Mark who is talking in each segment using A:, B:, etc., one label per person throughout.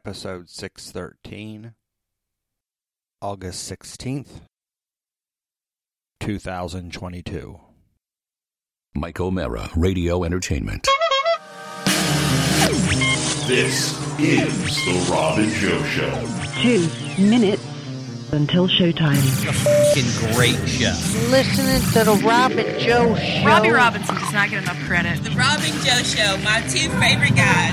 A: Episode 613, August 16th, 2022.
B: Mike O'Mara, Radio Entertainment.
C: This is the Robin Show Show.
D: two minutes until showtime.
E: fucking great show.
F: listening to the Robin Joe Show.
G: Robbie Robinson does not get enough credit.
H: The Robin Joe Show, my two favorite guys.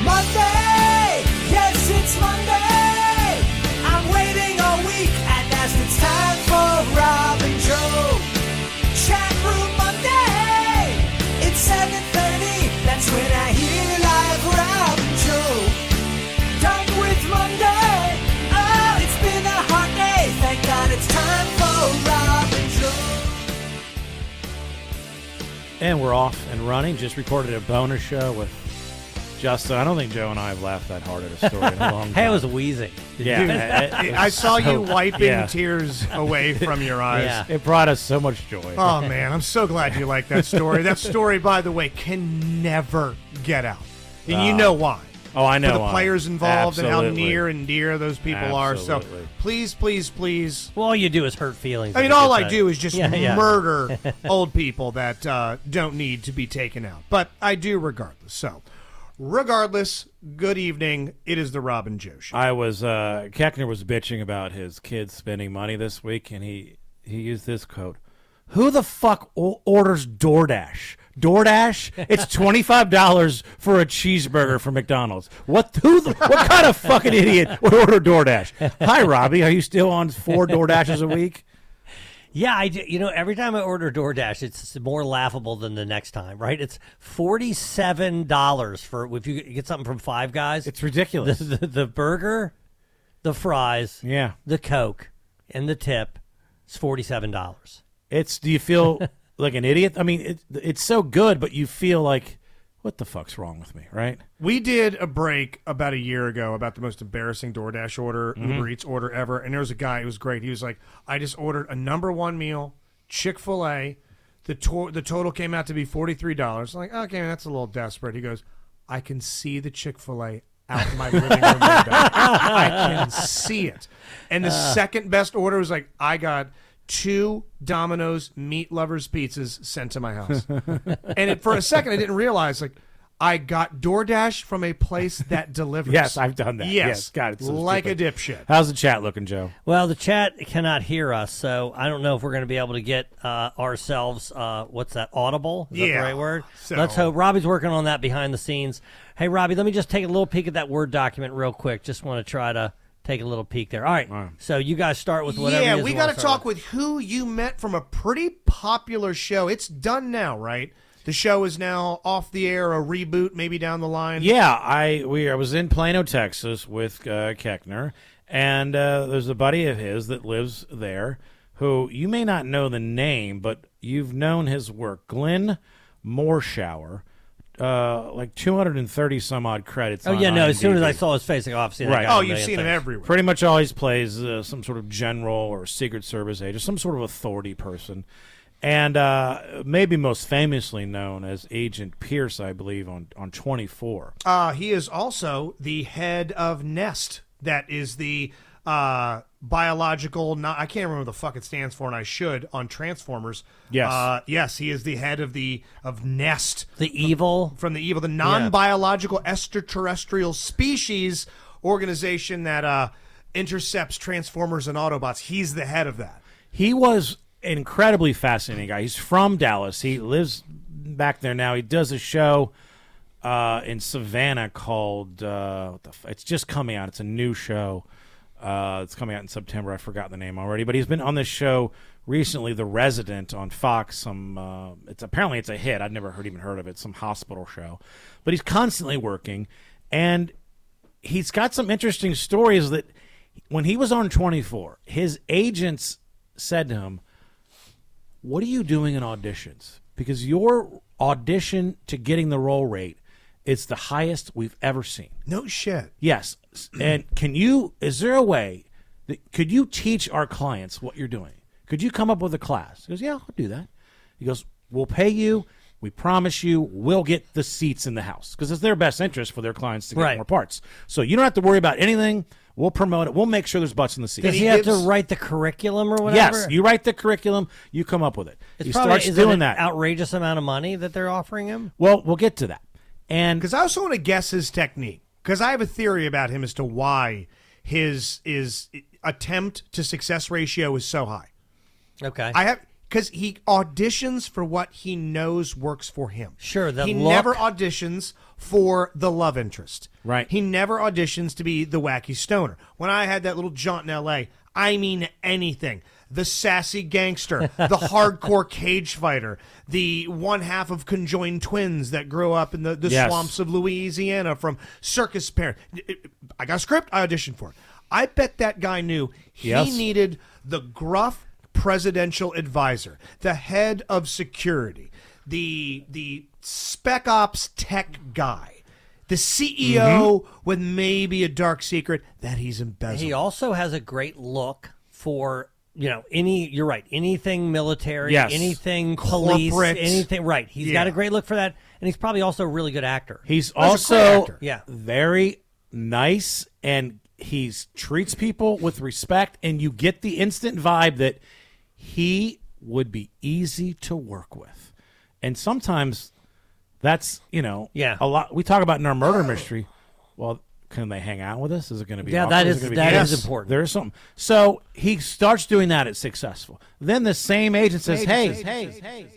I: Monday! Yes, it's Monday! I'm waiting all week, and as it's time for Robin Joe. Chat room Monday! It's 7.30, that's when I hear live Robin Joe. Done with Monday! Oh, it's been a hard day, thank God it's time for Robin Joe.
J: And we're off and running. Just recorded a bonus show with Justin. I don't think Joe and I have laughed that hard at a story in a long time.
E: Hey, it was wheezing.
J: yeah, it- it
I: I
J: was
I: saw
J: so-
I: you wiping
J: yeah.
I: tears away from your eyes.
E: Yeah.
J: It brought us so much joy.
I: Oh man, I'm so glad you like that story. That story, by the way, can never get out, and you know why.
J: Oh, I know
I: For the
J: why.
I: players involved and how
J: Absolutely.
I: near and dear those people are. So
J: Absolutely.
I: please, please, please.
E: Well, all you do is hurt feelings.
I: I mean,
E: at
I: all
E: this
I: I
E: time.
I: do is just
E: Yeah, yeah.
I: murder old people that uh, don't need to be taken out, but I do regardless. So, regardless, good evening. It is the Robin Joe Show.
J: I was uh, Keckner was bitching about his kids spending money this week, and he he used this quote: "Who the fuck o- orders DoorDash? DoorDash? It's twenty five dollars for a cheeseburger from McDonald's. What? Who? The, what kind of fucking idiot would order DoorDash? Hi, Robbie. Are you still on four DoorDashes a week?
E: Yeah, I do. You know, every time I order DoorDash, it's more laughable than the next time, right? It's forty-seven dollars for if you get something from Five Guys.
J: It's ridiculous.
E: the, the, the burger, the fries,
J: yeah,
E: the Coke, and the tip. It's forty-seven dollars.
J: it's. Do you feel like an idiot? I mean, it, it's so good, but you feel like, what the fuck's wrong with me, right?
I: We did a break about a year ago about the most embarrassing DoorDash order,
J: Mm-hmm.
I: Uber Eats order ever. And there was a guy, it was great. He was like, I just ordered a number one meal, Chick fil A. The, to- the total came out to be $43. I'm like, okay, man, that's a little desperate. He goes, I can see the Chick fil A out my living room window. I can see it. And the
J: Uh.
I: second best order was like, I got two Domino's meat lovers pizzas sent to my house. And it, for a second, I didn't realize like I got DoorDash from a place that delivers.
J: Yes, I've done that.
I: Yes,
J: Yes, God, it's so
I: like
J: stupid.
I: a dipshit.
J: How's the chat looking, Joe?
E: Well, the chat cannot hear us, so I don't know if we're going to be able to get uh, ourselves uh, what's that audible? Is that
I: Yeah,
E: the right word?
I: so-
E: Let's hope Robbie's working on that behind the scenes. Hey, Robbie, let me just take a little peek at that Word document real quick. Just want to try to take a little peek there. All right, so you guys start with whatever.
I: yeah,
E: it is
I: we
E: you
I: got
E: wanna
I: to
E: start
I: talk with who you met from a pretty popular show. It's done now, right? The show is now off the air, a reboot maybe down the line.
J: Yeah, I we I was in Plano, Texas, with uh, Keckner, and uh, there's a buddy of his that lives there, who you may not know the name, but you've known his work, Glenn Morshower, uh, like 230 some odd credits.
E: Oh
J: on
E: yeah, no. As soon as I
J: IMDb.
E: saw his face, like, oh, I've seen that
J: Right.
E: guy a
I: Oh, you've
E: million
I: seen him
E: times.
I: everywhere.
J: Pretty much always plays uh, some sort of general or Secret Service agent, some sort of authority person. And uh, maybe most famously known as Agent Pierce, I believe, on, on 24.
I: Uh, he is also the head of Nest. That is the uh, biological. Not, I can't remember what the fuck it stands for, and I should on Transformers.
J: Yes.
I: Uh, yes, he is the head of the of Nest.
E: The evil.
I: from the evil, the non-biological extraterrestrial species organization that uh, intercepts Transformers and Autobots. He's the head of that.
J: He was an incredibly fascinating guy. He's from Dallas. He lives back there now. He does a show uh, in Savannah called uh, what the f- it's just coming out. It's a new show. Uh, it's coming out in September. I forgot the name already, but he's been on this show recently The Resident on Fox. Some uh, it's apparently it's a hit. I'd never heard even heard of it. Some hospital show, but he's constantly working, and he's got some interesting stories that when he was on 24, his agents said to him, "What are you doing in auditions? Because your audition to getting the role rate." It's the highest we've ever seen.
E: No shit.
J: Yes. And can you, is there a way that, could you teach our clients what you're doing? Could you come up with a class? He goes, Yeah, I'll do that. He goes, We'll pay you. We promise you we'll get the seats in the house because it's their best interest for their clients to get
I: Right.
J: more parts. So you don't have to worry about anything. We'll promote it. We'll make sure there's butts in the seats.
I: Does he, have to write the curriculum or whatever?
J: Yes, you write the curriculum, you come up with it.
I: It's
J: he
I: probably-
J: starts
I: is it
J: doing
I: an
J: that.
I: outrageous amount of money that they're offering him.
J: Well, we'll get to that. And
E: because I also want to guess his technique, because I have a theory about him as to why his his attempt to success ratio is so high.
I: Okay.
E: I have because he auditions for what he knows works for him.
I: Sure, the
E: he
I: look.
E: never auditions for the love interest.
J: Right.
E: He never auditions to be the wacky stoner. When I had that little jaunt in L.A., I mean anything. The sassy gangster, the hardcore cage fighter, the one half of conjoined twins that grew up in the, the
J: Yes.
E: swamps of Louisiana from circus parent. I got a script. I auditioned for it. I bet that guy knew he
J: Yes.
E: needed the gruff presidential advisor, the head of security, the the spec ops tech guy, the CEO
J: Mm-hmm.
E: with maybe a dark secret that he's embezzled.
I: He also has a great look for you know any. You're right. Anything military,
J: Yes.
I: anything police,
J: Corporate.
I: anything. Right. He's got a
J: Yeah.
I: great look for that, and he's probably also a really good actor.
J: He's
I: Well, he's a great
J: also
I: actor. Yeah.
J: very nice and he's treats people with respect and you get the instant vibe that he would be easy to work with. And sometimes that's, you know,
I: Yeah.
J: a lot we talk about in our murder mystery. Well, can they hang out with us? Is it going to be
I: Yeah,
J: awkward?
I: that
J: Is it
I: is-
J: gonna be
I: that
J: gay?
I: is important.
J: There is something. So he starts doing that. It's successful. Then the same agent says, "Hey,
E: hey, hey,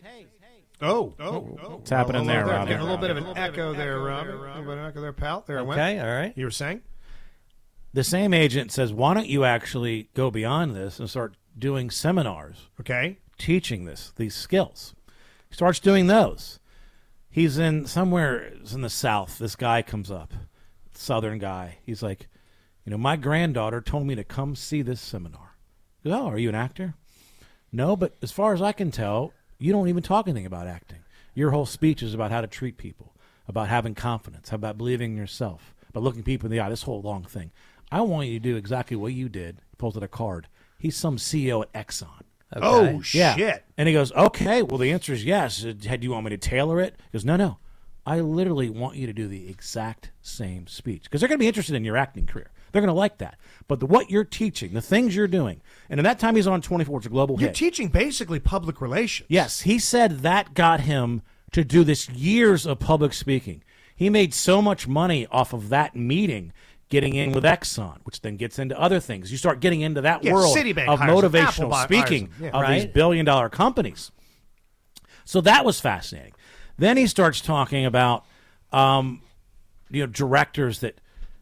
E: Oh, oh,
J: what's happening
E: Hello
J: there,
E: there.
J: Robbie?"
E: A little bit of an echo there, Robbie. A little bit of an echo there, pal. There I went.
J: Okay, all right.
E: You were saying?
J: the same agent says, "Why don't you actually go beyond this and start doing seminars?
E: Okay,
J: teaching this these skills." He starts doing those. He's in somewhere it's in the south. This guy comes up, southern guy. He's like, "You know, my granddaughter told me to come see this seminar." He goes, "Oh, are you an actor?" No, but as far as I can tell, you don't even talk anything about acting. Your whole speech is about how to treat people, about having confidence, about believing in yourself, about looking people in the eye, this whole long thing. I want you to do exactly what you did. He pulls out a card. He's some CEO at Exxon.
E: Oh,
J: Yeah.
E: shit.
J: And he goes, okay, well, the answer is yes. Uh, Do you want me to tailor it? He goes, no, no. I literally want you to do the exact same speech because they're going to be interested in your acting career. They're going to like that. But the, what you're teaching, the things you're doing, and in that time he's on 24, it's a global
E: You're
J: hit.
E: teaching basically public relations.
J: Yes, he said that got him to do this years of public speaking. He made so much money off of that meeting, getting in with Exxon, which then gets into other things. You start getting into that
E: Yeah,
J: world
E: Citibank
J: of
E: hires him, Apple
J: motivational
E: buy-
J: speaking
E: hires him, yeah.
J: of these
E: Right.
J: billion dollar companies. So that was fascinating. Then he starts talking about, um, you know, directors that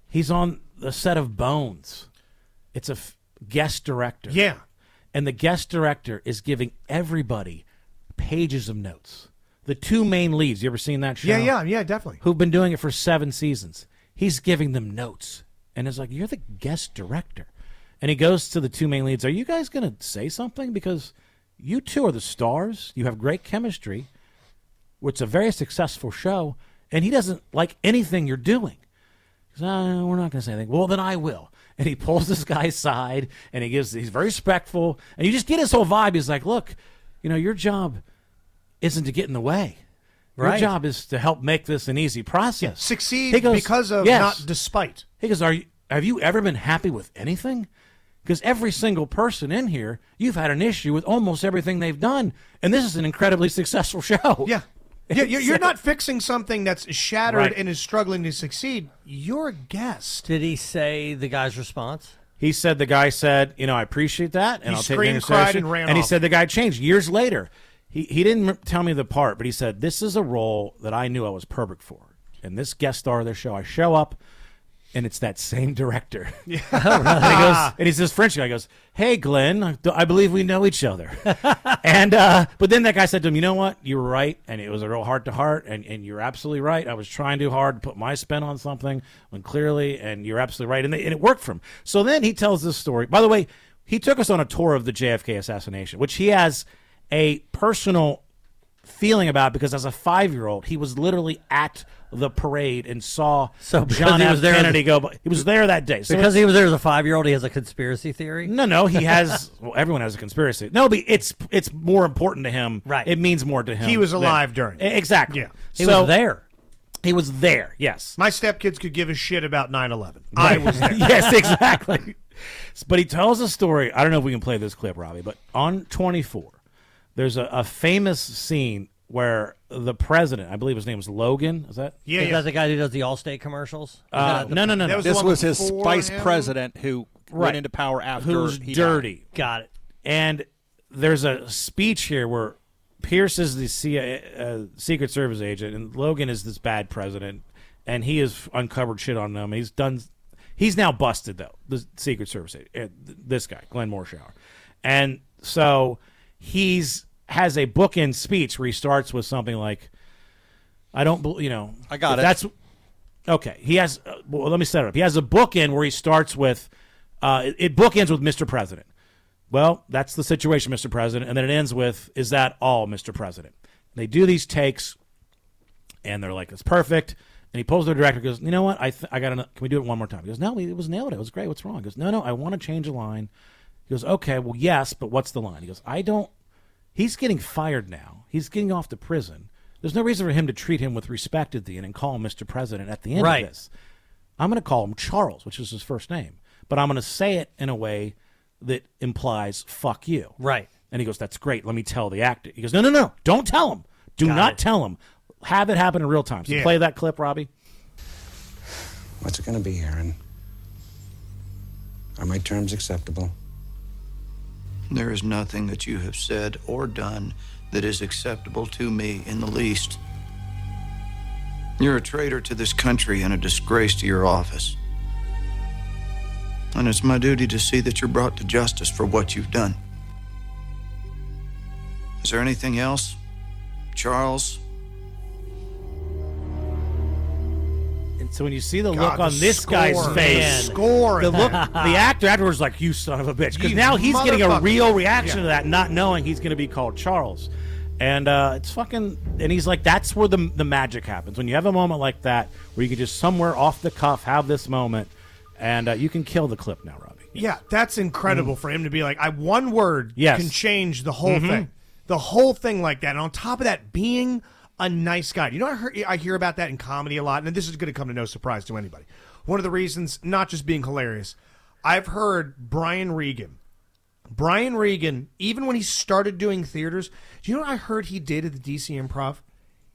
J: he's on the set of Bones. It's a f- guest director.
E: Yeah.
J: And the guest director is giving everybody pages of notes. The two main leads, you ever seen that show?
E: Yeah, yeah, yeah, definitely.
J: Who've been doing it for seven seasons. He's giving them notes. And it's like, you're the guest director. And he goes to the two main leads, Are you guys going to say something? Because you two are the stars. You have great chemistry. It's a very successful show. And he doesn't like anything you're doing. He says, "Uh, we're not going to say anything. Well, then I will. And he pulls this guy aside and he gives, he's very respectful. And you just get his whole vibe. He's like, look, you know, your job isn't to get in the way. Your
E: Right.
J: job is to help make this an easy process.
E: Succeed
J: He goes,
E: because of
J: "Yes."
E: not despite.
J: He goes, "Are you, have you ever been happy with anything? Because every single person in here, you've had an issue with almost everything they've done, and this is an incredibly successful show.
E: Yeah, Yeah, you're, you're not fixing something that's shattered
J: Right.
E: and is struggling to succeed. You're a guest.
I: Did he say the guy's response?
J: He said the guy said, you know, I appreciate that, and
E: He
J: I'll take
E: screamed,
J: an
E: cried, and ran
J: And he
E: off.
J: said the guy changed years later. He he didn't m- tell me the part, but he said this is a role that I knew I was perfect for, and this guest star of their show. I show up, and it's that same director.
E: Yeah.
J: and, he goes, and he's this French guy. He goes, "Hey, Glenn, I- I believe we know each other." and uh, but then that guy said to him, "You know what? You're right." And it was a real heart to heart. And and you're absolutely right. I was trying too hard to put my spin on something when clearly, and you're absolutely right. And, they, and it worked for him. So then he tells this story. By the way, he took us on a tour of the JFK assassination, which he has a personal feeling about because as a five year old, he was literally at the parade and saw
I: So because
J: John
I: he
J: F.
I: was there-
J: Kennedy go. by- He was Mm-hmm. there that day. So
I: because
J: it's-
I: he was there as a five year old, he has a conspiracy theory.
J: No, no, he has. Well, everyone has a conspiracy. No, but it's it's more important to him. Right. It means more to him.
E: He was
J: than-
E: alive during it.
J: E- Exactly.
E: Yeah.
I: He was there.
J: He was there. Yes.
E: My stepkids could give a shit about 9/11. I was there.
J: yes, exactly. But he tells a story. I don't know if we can play this clip, Robbie, but on 24, there's a, a famous scene where the president, I believe his name is Logan, is that?
I: Is that the guy who does the Allstate commercials? Is
J: Uh,
I: that the-
J: no, no, no, no.
A: this was his vice president who
J: Right.
A: went into power after
J: Who's
A: he died.
J: dirty.
I: Got it.
J: And there's a speech here where Pierce is the CIA, uh, Secret Service agent, and Logan is this bad president, and he has uncovered shit on them. He's done. He's now busted though. The Secret Service agent, uh, th- this guy, Glenn Morshower, and so he's has a bookend speech where he starts with something like, "I don't, bel- you know,
A: I got
J: if
A: it.
J: That's okay. He has. Uh, well, let me set it up. He has a bookend where he starts with, uh, it, it bookends with Mr. President. Well, that's the situation, Mr. President, and then it ends with, "Is that all, Mr. President?" They do these takes, and they're like, "It's perfect." And he pulls the director, and goes, "You know what? I th- I got. Another- Can we do it one more time?" He goes, "No, we- it was nailed. It was great. What's wrong?" He goes, "No, no, I want to change a line." He goes, "Okay, well, yes, but what's the line?" He goes, "I don't." He's getting fired now. He's getting off to prison. There's no reason for him to treat him with respect at the end and call him Mr. President at the end
I: Right.
J: of this. I'm going to call him Charles, which is his first name, but I'm going to say it in a way that implies "fuck you."
I: Right.
J: And he goes, "That's great. Let me tell the actor." He goes, "No, no, no. Don't tell him. Do not tell him. Have it happen in real time." So
K: Yeah.
J: play that clip, Robbie.
K: What's it going to be, Aaron? Are my terms acceptable?
L: There is nothing that you have said or done that is acceptable to me in the least. You're a traitor to this country and a disgrace to your office. And it's my duty to see that you're brought to justice for what you've done. Is there anything else? Charles?
J: And so when you see the
L: God,
J: look
L: the
J: on this
L: score.
J: guy's
L: The
J: face,
E: score
J: the
E: in
J: look, the
E: that.
J: actor afterwards is like, "You son of a bitch," because
E: You
J: now he's getting a
E: motherfucker.
J: real reaction
E: Yeah.
J: to that, not knowing he's going to be called Charles, and uh, it's fucking. And he's like, "That's where the the magic happens when you have a moment like that where you can just somewhere off the cuff have this moment, and uh, you can kill the clip now, Robbie."
E: Yeah, that's incredible for him to be like, I one word
J: Yes.
E: can change the whole
J: Mhm.
E: thing, the whole thing like that. And on top of that, being a nice guy. You know, I, heard, I hear about that in comedy a lot, and this is going to come to no surprise to anybody. One of the reasons, not just being hilarious, I've heard Brian Regan. Brian Regan, even when he started doing theaters, do you know what I heard he did at the DC Improv?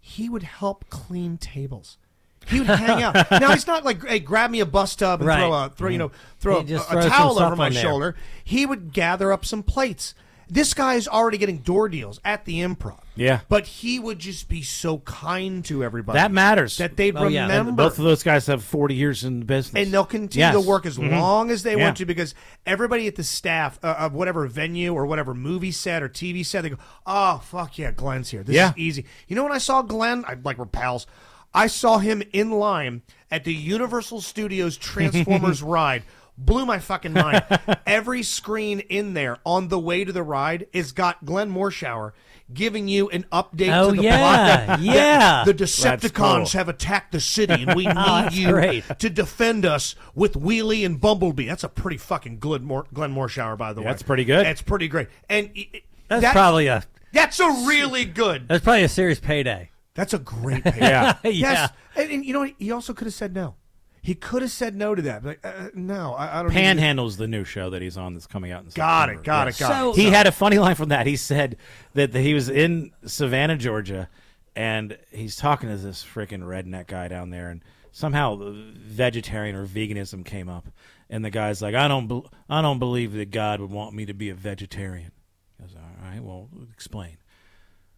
E: He would help clean tables. He would hang out. Now he's not like, hey, grab me a bus tub and
I: Right.
E: throw a throw you know
I: Mhm.
E: throw a,
I: He just
E: a
I: throws some
E: towel
I: stuff
E: over my
I: on there.
E: shoulder. He would gather up some plates. This guy is already getting door deals at the improv.
J: Yeah.
E: But he would just be so kind to everybody.
J: That matters.
E: That they'd
I: Oh,
J: And
E: remember.
J: both of those guys have forty years in the business,
E: And they'll continue
J: Yes.
E: to work as
I: Mm-hmm.
J: Mhm.
E: long as they
J: Yeah.
E: want to because everybody at the staff uh, of whatever venue or whatever movie set or TV set, they go, oh, fuck yeah, Glenn's here. This
J: Yeah.
E: is easy. You know when I saw Glenn? I like we're pals. I saw him in line at the Universal Studios Transformers ride. Blew my fucking mind. Every screen in there on the way to the ride is got Glenn Morshower giving you an update
I: Oh,
E: to the
I: yeah,
E: plot. that
I: yeah.
E: The
I: That's
E: Decepticons
I: cool.
E: have attacked the city and we
I: Oh,
E: need
I: that's
E: you
I: great.
E: to defend us with Wheelie and Bumblebee. That's a pretty fucking Glenn, Mor- Glenn Morshower, by the way.
J: That's pretty good.
E: That's pretty great. And i- i-
I: That's
E: that-
I: probably a
E: That's a really good.
I: that's probably a serious payday.
E: That's a great
I: yeah.
E: Yes. And, and you know, what? he also could have said no. He could have said no to that. Like, uh, no, I, I don't. need to do-
J: Panhandle's the new show that he's on that's coming out in
E: Got
J: September.
E: it, got it, got it. So-
J: He had a funny line from that. He said that, that he was in Savannah, Georgia, and he's talking to this freaking redneck guy down there, and somehow the vegetarian or veganism came up, and the guy's like, "I don't, bel I don't believe that God would want me to be a vegetarian." I was all right. Well, explain.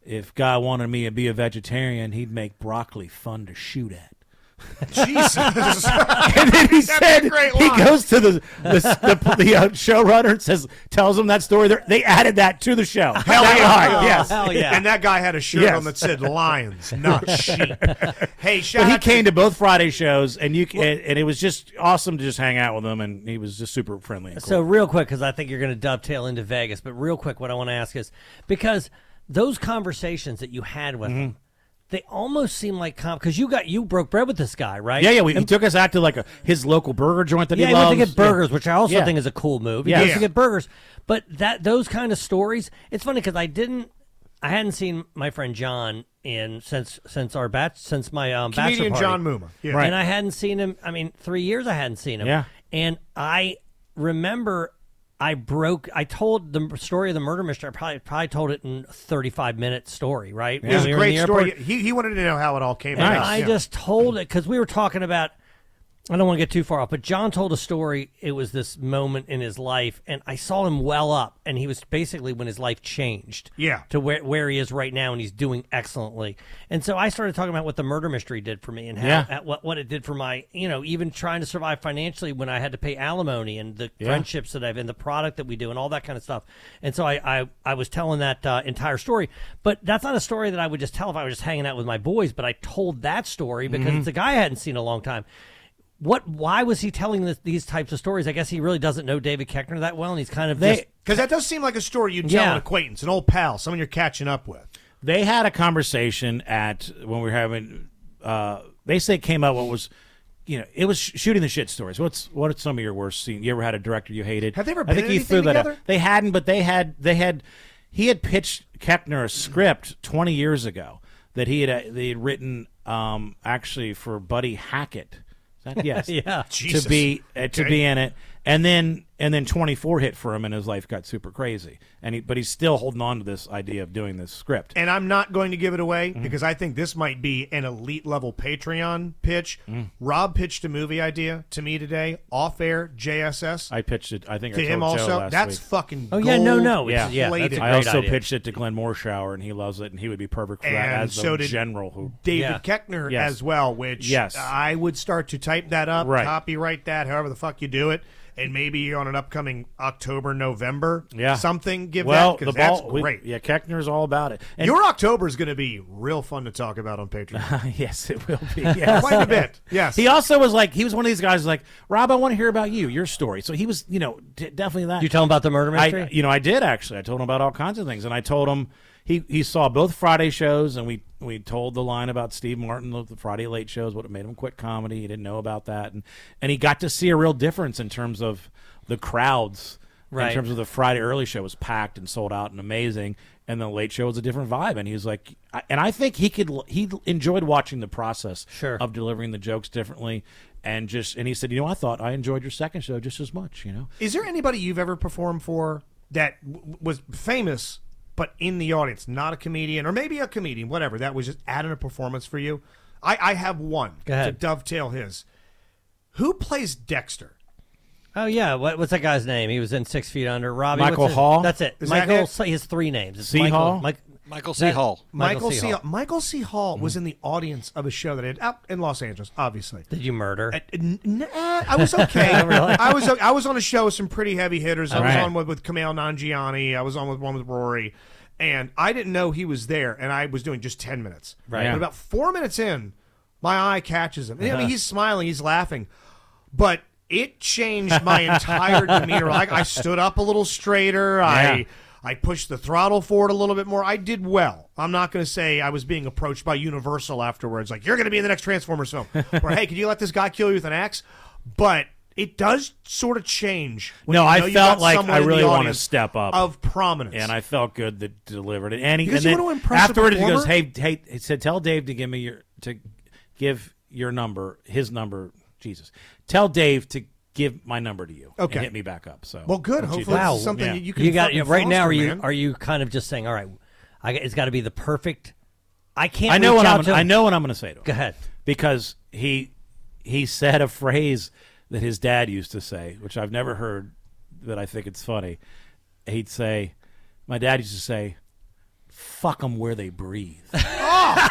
J: If God wanted me to be a vegetarian, he'd make broccoli fun to shoot at.
E: Jesus.
J: and then he
E: That'd be a
J: said
E: great
J: he
E: line.
J: goes to the the, the, the uh, showrunner and says tells him that story. They're- They added that to the show.
E: Hell
J: That
E: yeah.
J: line, yes.
E: And that guy had a shirt
J: Yes.
E: on that said Lions, not sheep. hey, shout
J: But he
E: out
J: came to both Friday shows, and you and, and it was just awesome to just hang out with him, and he was just super friendly. And cool.
I: So real quick, because I think you're going to dovetail into Vegas, but real quick, what I want to ask is because those conversations that you had with
J: Mm-hmm.
I: him, they almost seem like comp because you got you broke bread with this guy, right?
J: yeah, yeah, we, he took us out to like a, his local burger joint that
I: yeah,
J: he
I: he went
J: loves.
I: to get burgers, which I also
J: Yeah.
I: think is a cool move. He
J: Yeah.
I: goes
J: Yeah.
I: to get burgers, but that those kind of stories. It's funny because I didn't, I hadn't seen my friend John in since since our batch since my um,
E: Comedian
I: bachelor party.
E: John Muma. Yeah.
I: and I hadn't seen him. I mean, three years I hadn't seen him.
E: Yeah.
I: and I remember I broke. I told the story of the murder mystery. I probably probably told it in thirty five minute story. Right,
E: It was
I: When
E: a
I: we were in
E: great
I: the
E: story.
I: airport.
E: He, he wanted to know how it all came
I: And
E: about.
I: I
E: Yeah.
I: just told it because we were talking about. I don't want to get too far off, but John told a story. It was this moment in his life, and I saw him well up, and he was basically when his life changed.
E: Yeah.
I: To where, where he is right now, and he's doing excellently. And so I started talking about what the murder mystery did for me and how
J: Yeah.
I: at what, what it did for my, you know, even trying to survive financially when I had to pay alimony and the
J: Yeah.
I: friendships that I've and the product that we do and all that kind of stuff. And so I I, I was telling that uh, entire story, but that's not a story that I would just tell if I was just hanging out with my boys. But I told that story because
J: Mhm.
I: it's a guy I hadn't seen in a long time. What? Why was he telling this, these types of stories? I guess he really doesn't know David Keckner that well, and he's kind of just
E: Because that does seem like a story you'd tell
I: Yeah.
E: an acquaintance, an old pal, someone you're catching up with.
J: They had a conversation at when we were having. Uh, they say came out what was, you know, it was sh- shooting the shit stories. What's what's some of your worst scene? You ever had a director you hated? Have they ever? I
E: been
J: think
E: in
J: he
E: anything
J: threw that out.
E: together?
J: They hadn't, but they had. They had. He had pitched Kepner a script twenty years ago that he had. uh, They had written um, actually for Buddy Hackett. Is that- yes.
I: Yeah.
J: To
I: Jesus.
J: be uh, to
I: Okay.
J: be in it, and then and then 24 hit for him, and his life got super crazy. And he, but he's still holding on to this idea of doing this script.
E: And I'm not going to give it away
J: Mm-hmm.
E: because I think this might be an elite level Patreon pitch.
J: Mm.
E: Rob pitched a movie idea to me today, off air, JSS.
J: I pitched it. I think
E: to
J: I told
E: him
J: Joe
E: also.
J: last
E: That's
J: week. Oh,
E: fucking.
I: Oh,
J: yeah, yeah.
E: plated.
J: I also pitched it to Glenn Morshower, and he loves it, and he would be perfect for that
E: and
J: as
E: so
J: the
E: did
J: general who
E: David Keckner
J: Yes.
E: as well, which
J: Yes.
E: I would start to type that up,
J: Right.
E: copyright that, however the fuck you do it, and maybe on an upcoming October, November,
J: Yeah.
E: something. Give
J: well,
E: that
J: the
E: because that's
J: ball, we-
E: great.
J: yeah, Keckner's all about it. And
E: Your October is going to be real fun to talk about on Patreon.
J: yes, it will be.
E: quite a bit. Yes,
J: He also was like, he was one of these guys like, Rob, I want to hear about you, your story. So he was, you know, d- definitely that.
I: You tell him about the murder mystery?
J: I, you know, I did actually. I told him about all kinds of things, and I told him he he saw both Friday shows, and we we told the line about Steve Martin, the the Friday late shows, what made him quit comedy. He didn't know about that, and and he got to see a real difference in terms of the crowds.
I: Right.
J: In terms of the Friday early show was packed and sold out and amazing, and the late show was a different vibe. And he was like, I- and I think he could he enjoyed watching the process
I: Sure.
J: of delivering the jokes differently, and just and he said, you know, I thought I enjoyed your second show just as much. You know,
E: Is there anybody you've ever performed for that w- was famous but in the audience, not a comedian or maybe a comedian, whatever, that was just adding a performance for you? I, I have one
I: Go ahead.
E: to dovetail his. Who plays Dexter?
I: Oh yeah, what, what's that guy's name? He was in Six Feet Under. Robbie
E: Michael
I: what's his-
E: Hall?
I: That's it.
E: Is that
I: Michael.
E: it?
I: C- He has three names. It's
E: C.
I: Michael,
E: Hall?
I: Mike-
A: Michael C. Hall.
E: Michael C. Hall. Michael C. Hall was in the audience of a show that I did out in Los Angeles, obviously.
I: Did you murder?
E: N- n- eh, I was okay.
I: Really?
E: I was o- I was on a show with some pretty heavy hitters. I was
I: Alright.
E: on with, with Kamal Nanjiani. I was on with one with Rory, and I didn't know he was there. And I was doing just ten minutes.
I: Right.
E: But
I: Yeah.
E: about four minutes in, my eye catches him. And, I mean,
I: Uh-huh.
E: he's smiling, he's laughing, but it changed my entire demeanor. Like I stood up a little straighter.
J: Yeah.
E: I I pushed the throttle forward a little bit more. I did well. I'm not going to say I was being approached by Universal afterwards, like you're going to be in the next Transformers film, or hey, could you let this guy kill you with an axe? But it does sort of change. when
J: no,
E: you know
J: I
E: you've got
J: felt like
E: someone
J: I
E: in the
J: really want to
E: audience
J: step up
E: of prominence.
J: and I felt good that delivered it. And he,
E: Because
J: and
E: you
J: then
E: want to impress a
J: afterward, he goes, "Hey,
E: performer?
J: hey," he said, "Tell Dave to give me your to give your number, his number, Jesus. Tell Dave to give my number to you. and
I: Okay.
J: hit me back up." So
E: Well, good.
J: which he
E: Hopefully
J: did.
E: this is something that you can
I: You got
E: fucking
I: right now.
E: foster,
I: Are you
E: man.
I: are you kind of just saying, all right, I, it's got to be the perfect? I can't.
J: I know
I: reach
J: what
I: out
J: I'm.
I: to him.
J: I know what I'm going to say to him.
I: Go ahead.
J: Because he he said a phrase that his dad used to say, which I've never heard, but I think it's funny. He'd say, "My dad used to say, fuck them where they breathe."
E: Oh!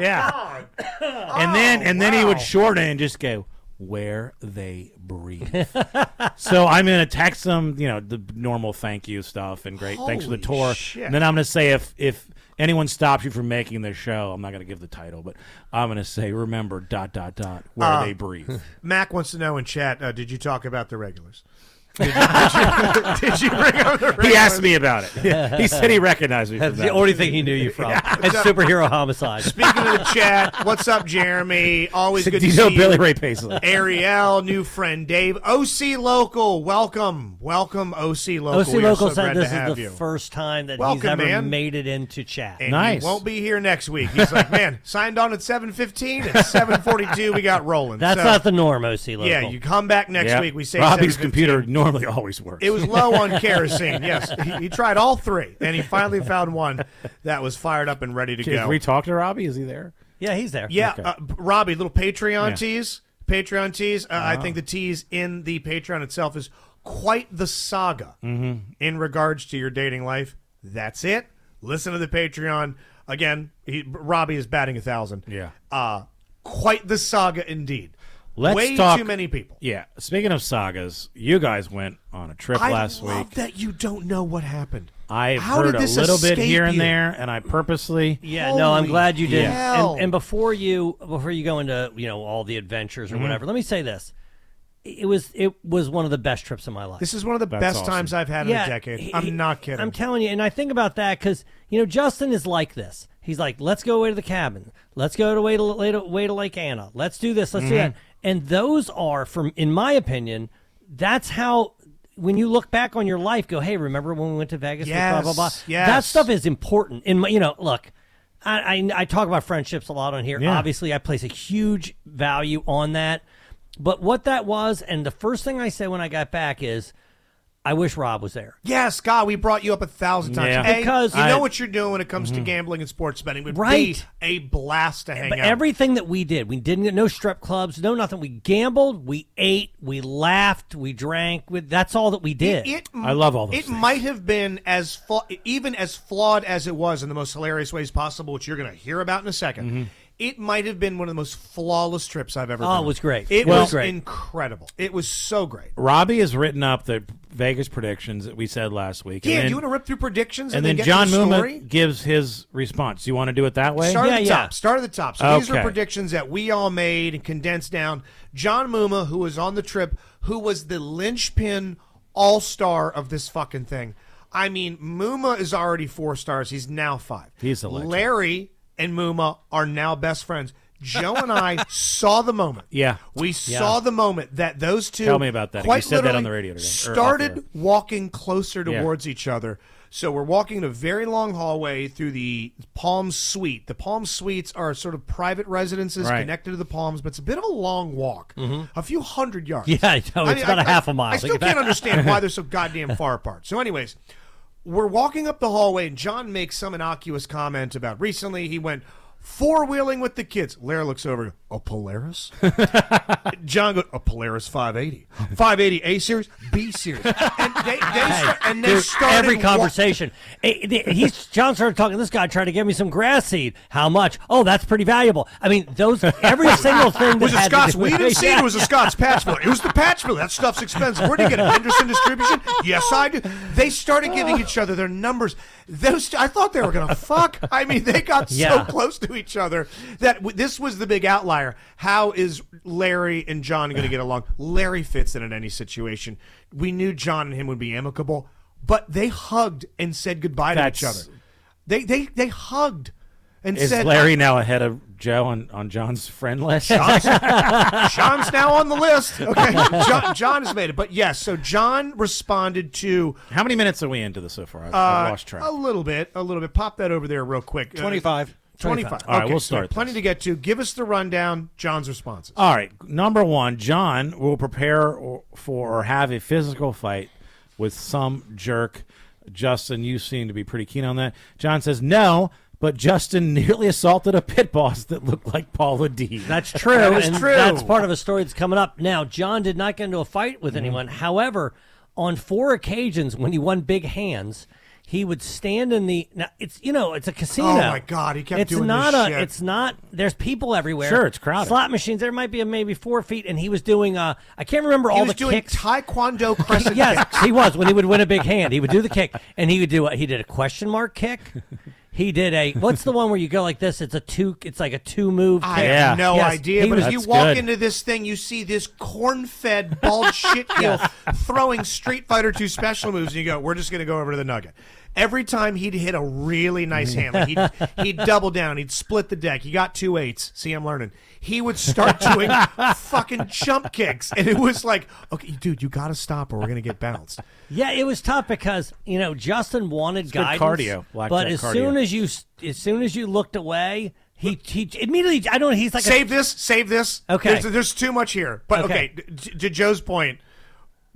J: yeah. and
I: Oh,
J: then and then he would shorten it and just go where they breathe. so I'm gonna text them, you know, the normal thank you stuff and great thanks for the
E: Holy
J: tour.
E: shit.
J: And then I'm gonna say if if anyone stops you from making the show, I'm not gonna give the title, but I'm gonna say remember dot dot dot where
E: Uh,
J: they breathe.
E: Mac wants to know in chat. Uh, did you talk about the regulars? Did you, did you- did you bring up the regulars?
J: He asked me about it. He said he recognized me.
I: That's the only thing he knew you from. It's superhero homicide.
E: Speaking of the chat, what's up, Jeremy? Always
J: Said,
E: good
J: "Do
E: to
J: you know
E: see
J: Billy
E: you.
J: Ray Paisley?"
E: Ariel, new friend Dave. OC Local, welcome. Welcome, OC Local.
I: OC
E: We are
I: Local
E: so
I: said
E: glad
I: this
E: to
I: is
E: have
I: the
E: you.
I: first time that he's
E: Welcome,
I: ever
E: man.
I: made it into chat.
E: And He won't be here next week. He's like, man, signed on at 7.15. At 7.42, we got rolling.
I: That's
E: So-
I: not the norm, OC Local.
E: Yeah, you come back next
J: Yeah.
E: week. We say
J: Robbie's
E: 7:15.
J: computer normally always works.
E: It was low on kerosene. Yes, he, he tried all three, and he finally found one that was fired up and ready to
J: Can
E: go.
J: we talk to Robbie? Is he there?
I: Yeah, he's there.
E: Yeah,
J: Okay.
E: uh, Robbie, little Patreon
J: Yeah. Ah.
E: tease. Patreon tease. Uh, I think the tease in the Patreon itself is quite the saga
J: Mm-hmm.
E: in regards to your dating life. That's it. Listen to the Patreon again. He, Robbie is batting a thousand.
J: Yeah.
E: Uh, quite the saga indeed.
J: Let's
E: Way
J: talk-
E: too many people.
J: Yeah. Speaking of sagas, you guys went on a trip
E: I
J: last
E: love
J: week.
E: that you don't know what happened.
J: I've
E: How
J: heard
E: did
J: a
E: this
J: little bit
E: escape
J: here and
E: you?
J: there, and I purposely.
I: Yeah, no, I'm glad you did.
E: hell.
I: And, and before you before you go into you know all the adventures or
E: Mhm.
I: whatever, let me say this: it was it was one of the best trips of my life.
E: This is one of the That's best awesome. times I've had in a decade. I'm not kidding.
I: I'm telling you, and I think about that because you know Justin is like this. He's like, let's go away to the cabin. Let's go to way to, way to, way to Lake Anna. Let's do this. Let's do
M: Mhm.
I: that. And those are, from in my opinion, that's how. When you look back on your life, go, hey, remember when we went to Vegas? with blah blah blah.
E: Yes,
I: That
E: yes.
I: stuff is important. In my, you know, look, I, I I talk about friendships a lot on here.
M: Yeah.
I: Obviously, I place a huge value on that. But what that was, and the first thing I said when I got back is, I wish Rob was there.
E: Yes, God, we brought you up a thousand times.
I: Yeah.
E: Hey,
I: Because-
E: you know
I: I-
E: what you're doing when it comes to gambling and sports betting. It would be
I: Right.
E: a blast to hang
I: But
E: out.
I: everything that we did, we didn't get no strip clubs, no nothing. We gambled, we ate, we laughed, we drank. We, that's all that we did.
E: It might have been as fla- even as flawed as it was in the most hilarious ways possible, which you're going to hear about in a 2nd It might have been one of the most flawless trips I've ever.
I: Oh,
E: been
I: it
E: on.
I: was great.
E: It
J: Well-
E: was
J: Great.
E: incredible. It was so great.
J: Robbie has written up the Vegas predictions that we said last week.
E: yeah,
J: and then,
E: you want to rip through predictions and,
J: and then
E: get
J: John
E: to the story?
J: Muma gives his response. You want to do it that way?
E: Start at the top. Start at the top. So these are
J: Okay.
E: predictions that we all made and condensed down. John Muma, who was on the trip, who was the linchpin all star of this fucking thing. I mean, Muma is already four stars. He's now five.
J: He's electric.
E: Larry and Muma are now best friends. Joe and I saw the moment.
J: Yeah.
E: We
J: Yeah.
E: saw the moment that those two
J: Tell me about that. You
E: Quite
J: said that
E: literally
J: on the radio today, or off
E: Started
J: the air.
E: walking closer
J: Yeah.
E: towards each other. So we're walking in a very long hallway through the Palm Suite. The Palm Suites are sort of private residences
I: Right.
E: connected to the Palms, but it's a bit of a long walk,
I: Mhm.
E: a few hundred yards.
I: Yeah, I know. It's about
E: a
I: a half a mile.
E: I still
I: Think
E: can't
I: about-
E: understand why they're so goddamn far apart. So, anyways, we're walking up the hallway, and John makes some innocuous comment about recently he went four wheeling with the kids. Lara looks over, a Polaris? John goes, a Polaris 580. 580 A series, B series. And they, they, start, and they
I: Dude,
E: started
I: every
E: wa-
I: conversation. Eh, the- he's John started talking. This guy tried to give me some grass seed. How much? Oh, that's pretty valuable. I mean, those every single thing. That
E: was it
I: had to
E: Scott's
I: do-
E: weed and seed or was it
I: Yeah.
E: Scott's patch filler? It was the patch filler. That stuff's expensive. Where do you get it? Henderson Distribution? Yes, I do. They started giving each other their numbers. Those I thought they were going to fuck. I mean, they got so
I: Yeah.
E: close to each other that w- this was the big outlier. How is Larry and John going to get along? Larry fits in in any situation. We knew John and him would be amicable, but they hugged and said goodbye to each
J: That's-
E: other. They they they hugged and
J: Is
E: said
J: Larry now ahead of Joe on, on John's friend list?
E: John's, John's now on the list. Okay, John, John has made it. But yes, so John responded to
J: How many minutes are we into this so far? I've, I've
E: uh,
J: lost track.
E: a little bit, a little bit. Pop that over there real quick. Uh,
A: 25.
E: 25.
J: All right,
E: Okay,
J: we'll
E: so
J: start
E: plenty to get to. Give us the rundown. John's responses.
I: Oh,
J: All right. Number one, John will prepare or, for or have a physical fight with some jerk. Justin, you seem to be pretty keen on that. John says no, but Justin nearly assaulted a pit boss that looked like Paula Dean.
I: That's true. and That's part of a story that's coming up. Now, John did not get into a fight with anyone. However, on four occasions when he won big hands, He would stand in the. Now it's you know it's a casino.
E: Oh my God, he kept
I: it's
E: doing
I: not
E: this
I: a.
E: shit.
I: It's not. There's people everywhere.
J: Sure, it's crowded.
I: Slot machines. There might be a, maybe four feet, and he was doing. Uh, I can't remember
M: He
I: all
M: was
I: the
M: doing
I: kicks.
E: Taekwondo crescent
I: yes,
E: kicks.
I: he was. When he would win a big hand, he would do the kick, and he would do. A, he did a question mark kick. He did a. What's the one where you go like this? It's a two. It's like a two move.
M: I
I: kick.
M: have no
I: Yes,
M: idea,
I: he
M: but if
I: was-
M: you walk into this thing, you see this corn-fed bald shitkill
E: throwing Street Fighter Two special moves, and you go, "We're just going to go over to the Nugget." Every time he'd hit a really nice hand, like he'd, he'd double down, he'd split the deck. He got two eights. See, I'm learning. He would start doing fucking jump kicks, and it was like, "Okay, dude, you got to stop, or we're going to get bounced."
I: Yeah, it was tough because you know Justin wanted
E: good
I: guidance,
E: cardio, blackjack
I: but as
E: cardio.
I: soon as you as soon as you looked away, he he immediately. I don't. know, He's like a-
E: save this, save this.
I: Okay.
E: there's, there's too much here. But okay,
I: Okay.
E: d- to Joe's point,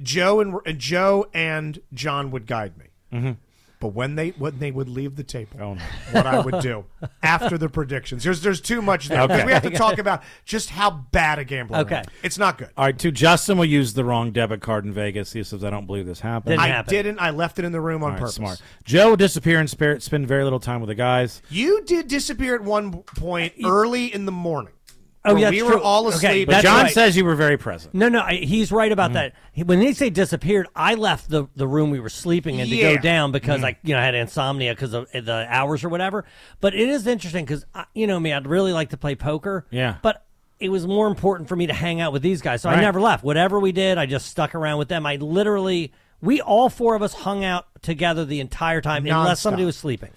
E: Joe and uh, Joe and John would guide me.
I: Mm-hmm.
E: But when they when they would leave the table,
I: Oh,
E: what I would do after the predictions. There's there's too much there. 'Cause
J: Okay.
E: We have to talk about just how bad a gambler. I am.
J: Okay.
E: it's not good.
J: All right, too. Justin will use the wrong debit card in Vegas. He says, "I don't believe this happened."
E: I didn't. I left it in the room
J: All
E: on
J: right,
E: purpose.
J: Smart. Joe will disappear in spirit. Spend very little time with the guys.
E: You did disappear at one point early in the morning.
I: Uh, Oh,
E: Where
I: yeah,
E: we
I: that's
E: were
I: true.
E: all
I: Okay,
E: asleep.
I: but That's John right.
J: Says you were very present.
I: No, no, I, he's right about
J: Mm-hmm.
I: that. He, when they say disappeared, I left the, the room we were sleeping in to
J: Yeah.
I: go down because
J: Mhm.
I: I you know I had insomnia because of eh, the hours or whatever. But it is interesting because you know me, I'd really like to play poker.
J: Yeah.
I: but it was more important for me to hang out with these guys, so
J: Right.
I: I never left. Whatever we did, I just stuck around with them. I literally, we all four of us hung out together the entire time, unless somebody
J: Nonstop.
I: was sleeping.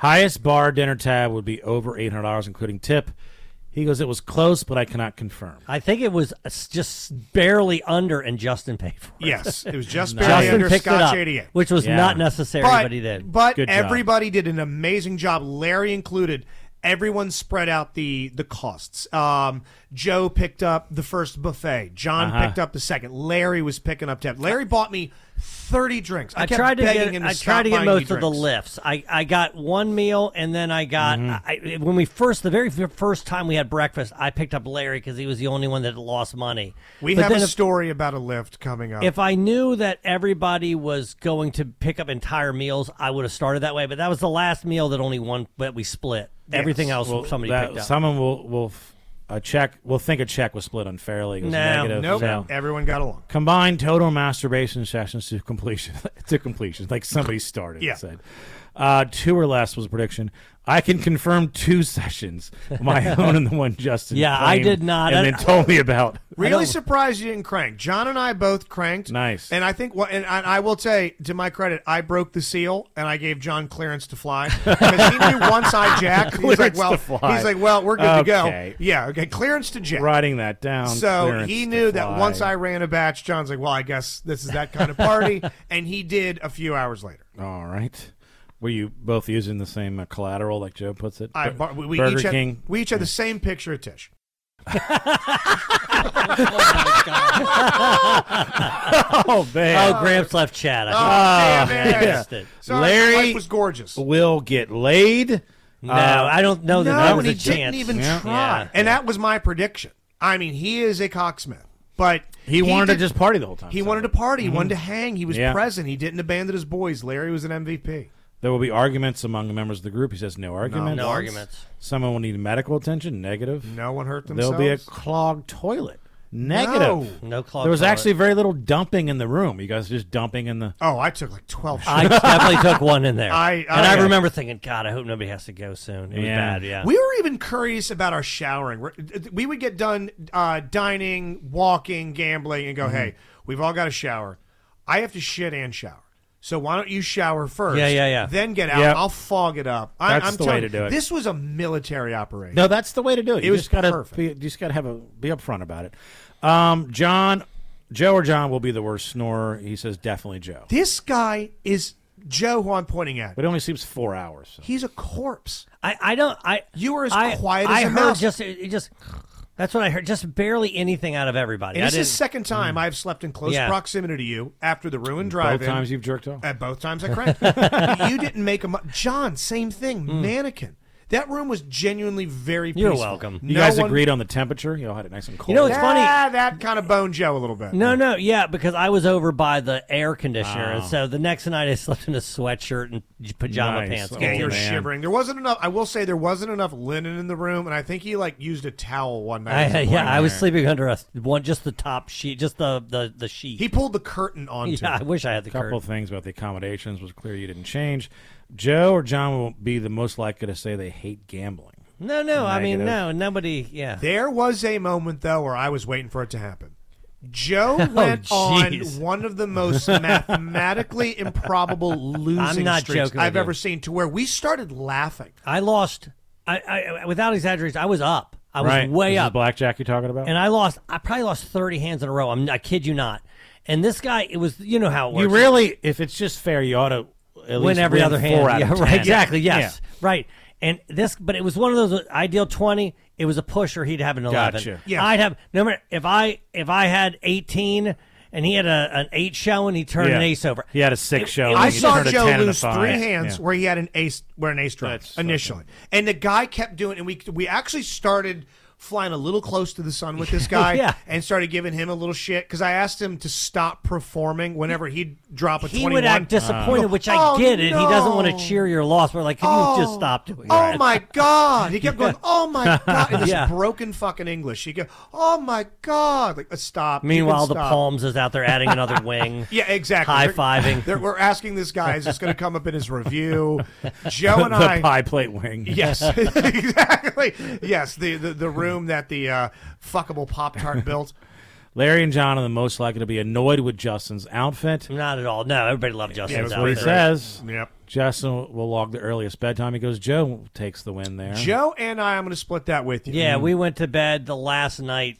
J: Highest bar dinner tab would be over eight hundred dollars, including tip. He goes, "It was close, but I cannot confirm."
I: I think it was uh, just barely under, and Justin paid for it.
E: Yes, it was just
I: Nice.
E: barely
I: Justin
E: under
I: picked it
E: Scotch
I: up,
E: 88.
I: which was Yeah. not necessary, but he did.
E: But
I: Good job.
E: everybody did an amazing job, Larry included. Everyone spread out the the costs. Um, Joe picked up the first buffet. John
I: Uh-huh.
E: picked up the second. Larry was picking up tab. Larry bought me thirty drinks. I,
I: I,
E: kept
I: tried to
E: begging
I: get
E: him to
I: I
E: stop
I: tried to get
E: buying me
I: most of the
E: drinks.
I: lifts. I, I got one meal and then I got
E: Mm-hmm.
I: I, when we first the very fir- first time we had breakfast, I picked up Larry because he was the only one that had lost money.
E: We
I: But
E: have a
I: then if,
E: story about a lift coming up.
I: if I knew that everybody was going to pick up entire meals, I would have started that way. But that was the last meal that only one that we split. Everything else
J: Well,
I: somebody
J: that-
I: picked up.
J: Someone will will f- a check will think a check was split unfairly. It was
I: No.
J: negative.
E: nope,
J: So-
E: everyone got along.
J: Combined total masturbation sessions to completion. to completion, like somebody started.
E: Yeah.
J: and said. Uh, two or less was a prediction. I can confirm two sessions, my own and the one Justin.
I: Yeah, I
J: claimed
I: did not.
J: and
I: I-
J: then told me about.
E: Really surprised you didn't crank. John and I both cranked.
J: Nice.
E: And I think what, and I, I will say to my credit, I broke the seal and I gave John clearance to fly because he knew once I jacked, he's like,
J: Clearance
E: well,
J: to fly.
E: he's like, well, we're good
J: Okay.
E: to go. Yeah, okay, clearance to jack.
J: Writing that down.
E: So
J: clearance
E: he
J: to
E: knew that
J: fly.
E: once I ran a batch, John's like, well, I guess this is that kind of party, and he did a few hours later.
J: All right. Were you both using the same uh, collateral, like Joe puts it?
E: I,
J: Bur-
E: we, we
J: Burger
E: each had,
J: King.
E: We each had the same picture of Tish.
J: oh man!
I: Oh, Gramps left chat. I
J: Ah,
I: think. I missed it.
E: Sorry,
J: Larry
E: Mike was gorgeous.
J: Will get laid.
I: No, Uh, I don't know that
E: Ah. no,
I: that was
E: and
I: a
E: he
I: chance.
E: didn't even
I: Yeah.
E: try.
I: Yeah.
E: And that was my prediction. I mean, he is a cocksmith, but
J: He wanted to
E: did-
J: just party the whole time,
E: He wanted to party. He wanted to hang. He was
J: Yeah.
E: present. He didn't abandon his boys. Larry was an MVP.
J: There will be arguments among the members of the group. He says no arguments.
E: No No arguments.
J: Someone will need medical attention. Negative.
E: No one hurt
J: There'll be a
E: themselves.
J: clogged toilet. Negative.
I: No. No clogged
J: There was
I: toilet.
J: actually very little dumping in the room. You guys just dumping in the.
E: Oh, I took like twelve.
I: I
E: shots.
I: definitely took one in there.
E: I, I,
I: and I remember thinking, God, I hope nobody has to go soon. It was
J: Yeah.
I: bad. Yeah.
E: We were even curious about our showering. We're- We would get done uh, dining, walking, gambling, and go,
J: Mm-hmm.
E: hey, we've all got to shower. I have to shit and shower. So why don't you shower first?
J: Yeah, yeah, yeah.
E: Then get out.
J: Yep.
E: I'll fog it up. I,
J: That's
E: I'm
J: the way
E: telling
J: to
E: you,
J: do it.
E: This was a military operation.
J: No, that's the way to do it.
E: It
J: You
E: was
J: just gotta
E: perfect.
J: be, you just gotta have a be upfront about it. Um, John, Joe or John will be the worst snorer. He says definitely Joe.
E: This guy is Joe, who I'm pointing at.
J: But he only sleeps four hours. so.
E: He's a corpse.
I: I, I don't. I
E: you were as
I: I,
E: quiet
I: I
E: as a
I: heard
E: mouse.
I: just it it just. That's what I heard. Just barely anything out of everybody.
E: and
I: I
E: this is
I: didn't-
E: the second time
J: Mm.
E: I've slept in close
I: Yeah.
E: proximity to you after the ruined drive.
J: times you've jerked off.
E: At both times I cranked. you didn't make a. Mu- John, same thing. Mannequin. That room was genuinely very.
I: Hmm. You're
E: peaceful.
I: welcome.
J: You
E: No
J: guys
E: one-
J: agreed on the temperature. You all had it nice and cold.
I: You know, it's funny-
E: Ah, that kind of bone Joe a little bit.
I: No, no, yeah, because I was over by the air conditioner, and
E: Oh.
I: so the next night I slept in a sweatshirt and pajama
J: Nice.
I: pants.
E: Yeah,
I: Oh,
E: you're
I: man.
E: shivering. There wasn't enough. I will say there wasn't enough linen in the room, and I think he like used a towel one night.
I: I, yeah, I was
E: sleeping.
I: sleeping under a one, just the top sheet, just the the, the sheet.
E: He pulled the curtain onto.
I: Yeah, I wish I had the
J: couple
I: curtain.
J: things about the accommodations was clear you didn't change. Joe or John will be the most likely to say they hate gambling.
I: No, no, I mean
J: Negative.
I: no, nobody. Yeah,
E: There was a moment though where I was waiting for it to happen. Joe
I: Oh,
E: went
I: jeez.
E: on one of the most mathematically improbable losing
I: not
E: streaks
I: joking with
E: I've
I: you.
E: ever seen, to where we started laughing.
I: I lost. I, I without exaggeration, I was up. I was
J: Right.
I: way
J: This is
I: up.
J: blackjack you talking about?
I: and I lost. I probably lost thirty hands in a row. I'm, I kid you not. And this guy, it was you know how it works.
J: you really, if it's just fair, you ought to at
I: win
J: least
I: every other
J: four
I: hand.
J: out
I: yeah,
J: of
I: right.
J: 10.
I: Exactly.
J: Yeah.
I: Yes. Right. And this, but it was one of those ideal twenty. It was a push, or he'd have an eleven.
J: Gotcha.
I: Yeah. I'd have remember if I if I had eighteen and he had a, an eight show and he turned an
J: Yeah.
I: ace over.
J: He had a six show.
E: I
J: and he
E: saw
J: turned a
E: Joe
J: 10 and a
E: lose
J: five.
E: three hands
J: Yeah.
E: where he had an ace, where an ace draw initially, and the guy kept doing. And we we actually started flying a little close to the sun with this guy,
I: Yeah.
E: and started giving him a little shit because I asked him to stop performing whenever he'd drop a
I: He
E: twenty-one.
I: would act disappointed, which I
E: "Oh,
I: get it. He doesn't want
E: no."
I: to cheer your loss. We're like, can you just
E: Oh.
I: stop doing
E: Oh
I: that?
E: my god! He kept going. Oh my god! In this
I: Yeah.
E: broken fucking English, he go. Oh my god! Like uh, stop. You can
I: Meanwhile, the
E: stop.
I: Palms is out there adding another wing.
E: Yeah, exactly.
I: High
E: They're-
I: fiving.
E: they're- We're asking this guy is this going to come up in his review? Joe and
J: the
E: I.
J: pie plate wing.
E: Yes, exactly. Yes, the, the the room that the uh, fuckable Pop Tart built.
J: Larry and John are the most likely to be annoyed with Justin's outfit.
I: Not at all. No, everybody loved
J: Mm. Yeah,
I: Justin's
J: that's what he
I: outfit.
J: says.
E: Yep.
J: Justin will log the earliest bedtime. He goes, Joe takes the win there.
E: Joe and I, I'm going to split that with you.
I: Yeah, we went to bed the last night.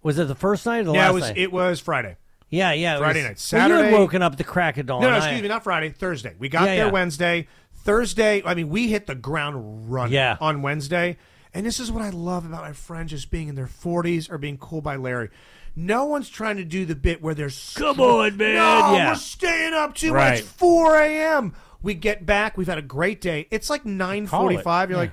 I: Was it the first night or the
E: Yeah,
I: last
E: it was
I: night?
E: it was Friday.
I: yeah, yeah. it
E: Friday night.
I: was- Well, you
E: Saturday-
I: had woken up at the crack of dawn.
E: No, no,
I: I-
E: excuse me, not Friday, Thursday. We got
I: Yeah,
E: there
I: yeah.
E: Wednesday. Thursday, I mean, we hit the ground running
I: Yeah.
E: on Wednesday. And this is what I love about my friends just being in their 40s or being cool by Larry. No one's trying to do the bit where they're
I: Come on, man,
E: No,
I: yeah."
E: we're staying up too much.
J: Right.
E: 4 a.m. We get back. We've had a great day. It's like 9:45. You're
J: Yeah.
E: like,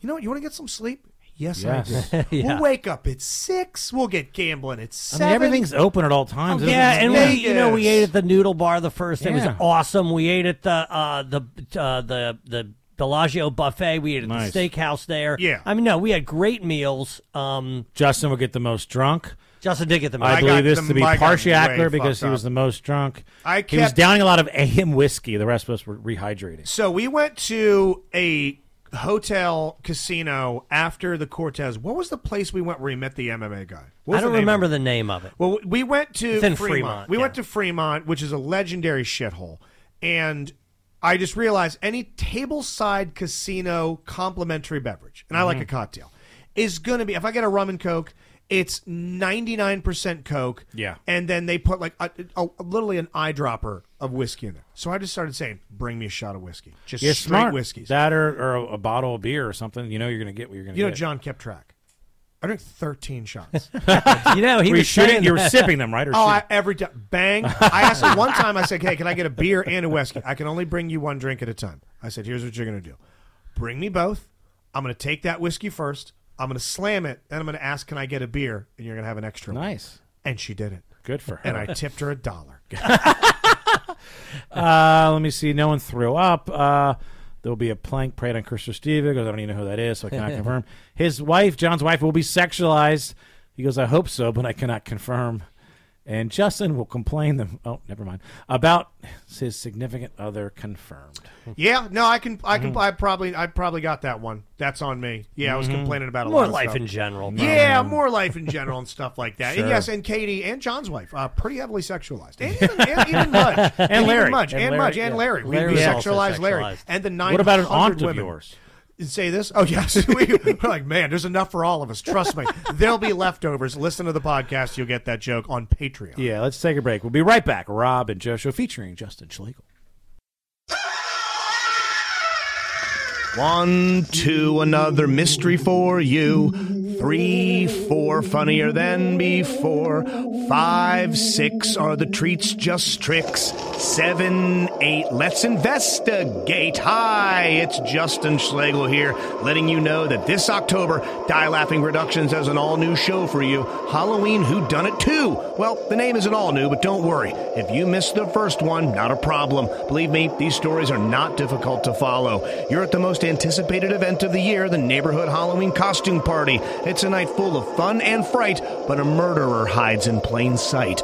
E: you know what? You want to get some sleep? Yes,
J: Yes.
E: I do.
J: Yeah.
E: We'll wake up at six. We'll get gambling at
J: I
E: seven. Oh,
J: mean, everything's open at all times. isn't
I: yeah,
J: it?
I: and we, you know, we
E: Vegas.
I: ate at the noodle bar the first day. It
J: Yeah.
I: was awesome. We ate at the uh, the uh, the the Bellagio buffet. We ate at
J: Nice.
I: the steakhouse there.
J: Yeah.
I: I mean, no, we had great meals. Um,
J: Justin will get the most drunk.
I: Justin did get the.
J: I,
I: most-
J: believe this to be partially accurate because he
E: up.
J: was the most drunk.
E: I
J: he was
E: kept-
J: downing a lot of AM whiskey. The rest of us were rehydrating.
E: So we went to a hotel casino after the Cortez. What was the place we went where we met the MMA guy? What was
I: I don't
E: the name of
I: remember the name of it.
E: it? Well, we went to
I: It's in
E: Fremont.
I: Fremont,
E: We went to Fremont, which is a legendary shithole, and I just realized any tableside casino complimentary beverage, and I like
J: Mhm.
E: a cocktail, is going to be if I get a rum and coke. It's ninety nine percent Coke,
J: Yeah.
E: and then they put like a, a, literally an eyedropper of whiskey in there. So I just started saying, "Bring me a shot of whiskey, just
J: You're
E: straight
J: smart.
E: whiskeys."
J: That or, or a, a bottle of beer or something. You know you're going to get what you're going to
E: You know,
J: get.
E: John kept track. I drank thirteen shots.
I: you know, he
J: Were you
I: was
J: shooting-
I: saying
J: you were
I: that.
J: sipping them, right, or
E: oh, I,
J: shooting?
E: every time, bang! I asked him one time. I said, "Hey, can I get a beer and a whiskey? I can only bring you one drink at a time." I said, "Here's what you're going to do: bring me both. I'm going to take that whiskey first. I'm going to slam it, and I'm going to ask, can I get a beer? And you're going to have an extra. one."
J: Nice.
E: And she did it.
J: Good for her.
E: And I tipped her a dollar.
J: Uh, let me see. No one threw up. Uh, there will be a plank prayed on Christopher Steve. He goes, I don't even know who that is, so I cannot confirm. His wife, John's wife, will be sexualized. He goes, I hope so, but I cannot confirm. And Justin will complain them. Oh, never mind. About his significant other confirmed.
E: Yeah, no, I can, I can,
J: Mhm.
E: I probably, I probably got that one. That's on me. Yeah, I was
J: Mhm.
E: complaining about a
I: More
E: lot of
I: life
E: stuff.
I: in general,
E: Yeah,
I: probably.
J: um,
E: more life in general and stuff like that.
I: Sure.
E: And yes, and Katie and John's wife, uh, pretty heavily sexualized, and even, and even Mudge, and, even
J: Larry.
E: Mudge, and,
J: And Larry,
E: Mudge, and
J: yeah.
E: Larry. We,
J: Larry
E: we
J: was
E: sexualized,
J: also
E: Larry
J: sexualized.
E: and the nine.
J: What about an aunt of
E: women.
J: yours?
E: Say this? Oh yes, we, we're like man, there's enough for all of us. Trust me, there'll be leftovers. Listen to the podcast; you'll get that joke on Patreon.
J: Yeah, let's take a break. We'll be right back. Rob and Joe Show featuring Justin Schlegel.
E: One, two, another mystery for you.
N: Three, four, funnier than before. Five, six, are the treats just tricks? Seven, eight, let's investigate. Hi, it's Justin Schlegel here, letting you know that this October, Die Laughing Productions has an all new show for you Halloween Who Done It Too. Well, the name isn't all new, but don't worry. If you missed the first one, not a problem. Believe me, these stories are not difficult to follow. You're at the most anticipated event of the year, the Neighborhood Halloween Costume Party. It's a night full of fun and fright, but a murderer hides in plain sight.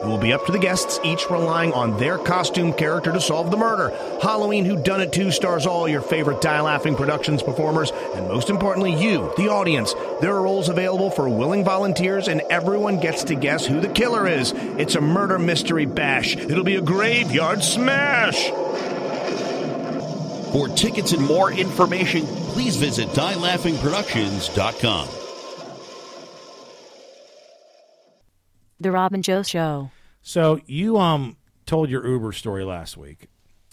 N: It will be up to the guests, each relying on their costume character to solve the murder. Halloween Who Done It 2 stars all your favorite Die Laughing Productions performers, and most importantly, you, the audience. There are roles available for willing volunteers, and everyone gets to guess who the killer is. It's a murder mystery bash. It'll be a graveyard smash.
C: For tickets and more information, please visit dielaughingproductions.com.
O: The Robin Joe Show.
J: So you um told your Uber story last week.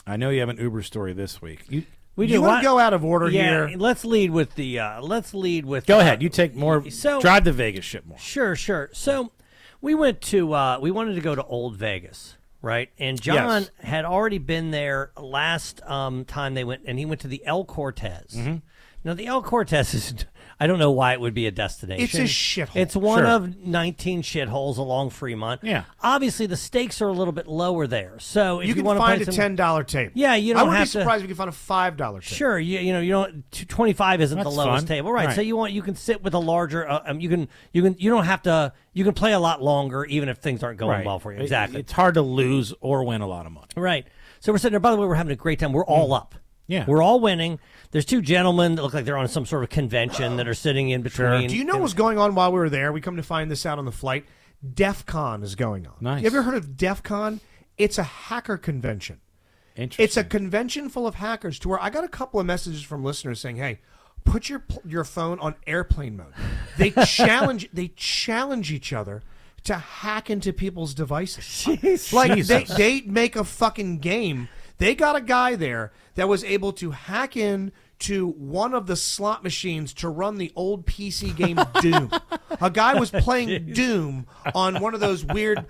J: I know you have an Uber story this week. You
E: We
J: you
E: do
J: wanna
E: want go out of order
I: yeah,
E: here.
I: Let's lead with the. Uh, let's lead with.
J: Go
I: uh,
J: ahead. You take more.
I: So-
J: drive the Vegas ship more.
I: Sure, sure. So we went to uh, we wanted to go to Old Vegas, right? And John
J: Yes.
I: had already been there last um, time they went, and he went to the El Cortez.
E: Mm-hmm.
J: Mhm.
I: Now the El Cortez is I don't know why it would be a destination.
E: It's a shithole.
I: It's one
E: Sure.
I: of 19 shitholes along Fremont.
E: Yeah.
I: Obviously the stakes are a little bit lower there. So if
E: You
I: you,
E: can
I: want
E: find
I: to
E: a ten dollar table.
I: Yeah, you don't
E: I wouldn't
I: have
E: be
I: to-
E: surprised if you could find a five dollar table.
I: Sure, you, you know you don't. t- Twenty-five isn't the
E: That's
I: lowest
E: fun.
I: table, right,
E: Right.
I: So you want you can sit with a larger. Uh, um, you can you can you don't have to. You can play a lot longer, even if things aren't going
J: Right.
I: well for you.
J: It-
I: Exactly.
J: it's hard to lose or win a lot of money.
I: Right. So we're sitting there. By the way, we're having a great time. We're all
E: Mm.
I: up.
J: Yeah.
I: we're all winning. There's two gentlemen that look like they're on some sort of convention that are sitting in between.
E: Do you know what's going on while we were there? We come to find this out on the flight. DEF CON is going on.
J: Nice.
E: You ever heard of DEF CON? It's a hacker convention. It's a convention full of hackers to where I got a couple of messages from listeners saying, "Hey, put your pl- your phone on airplane mode." They challenge they challenge each other to hack into people's devices. Like they
J: Jesus.
E: they make a fucking game. They got a guy there that was able to hack in to one of the slot machines to run the old PC game Doom. A guy was playing Doom on one of those weird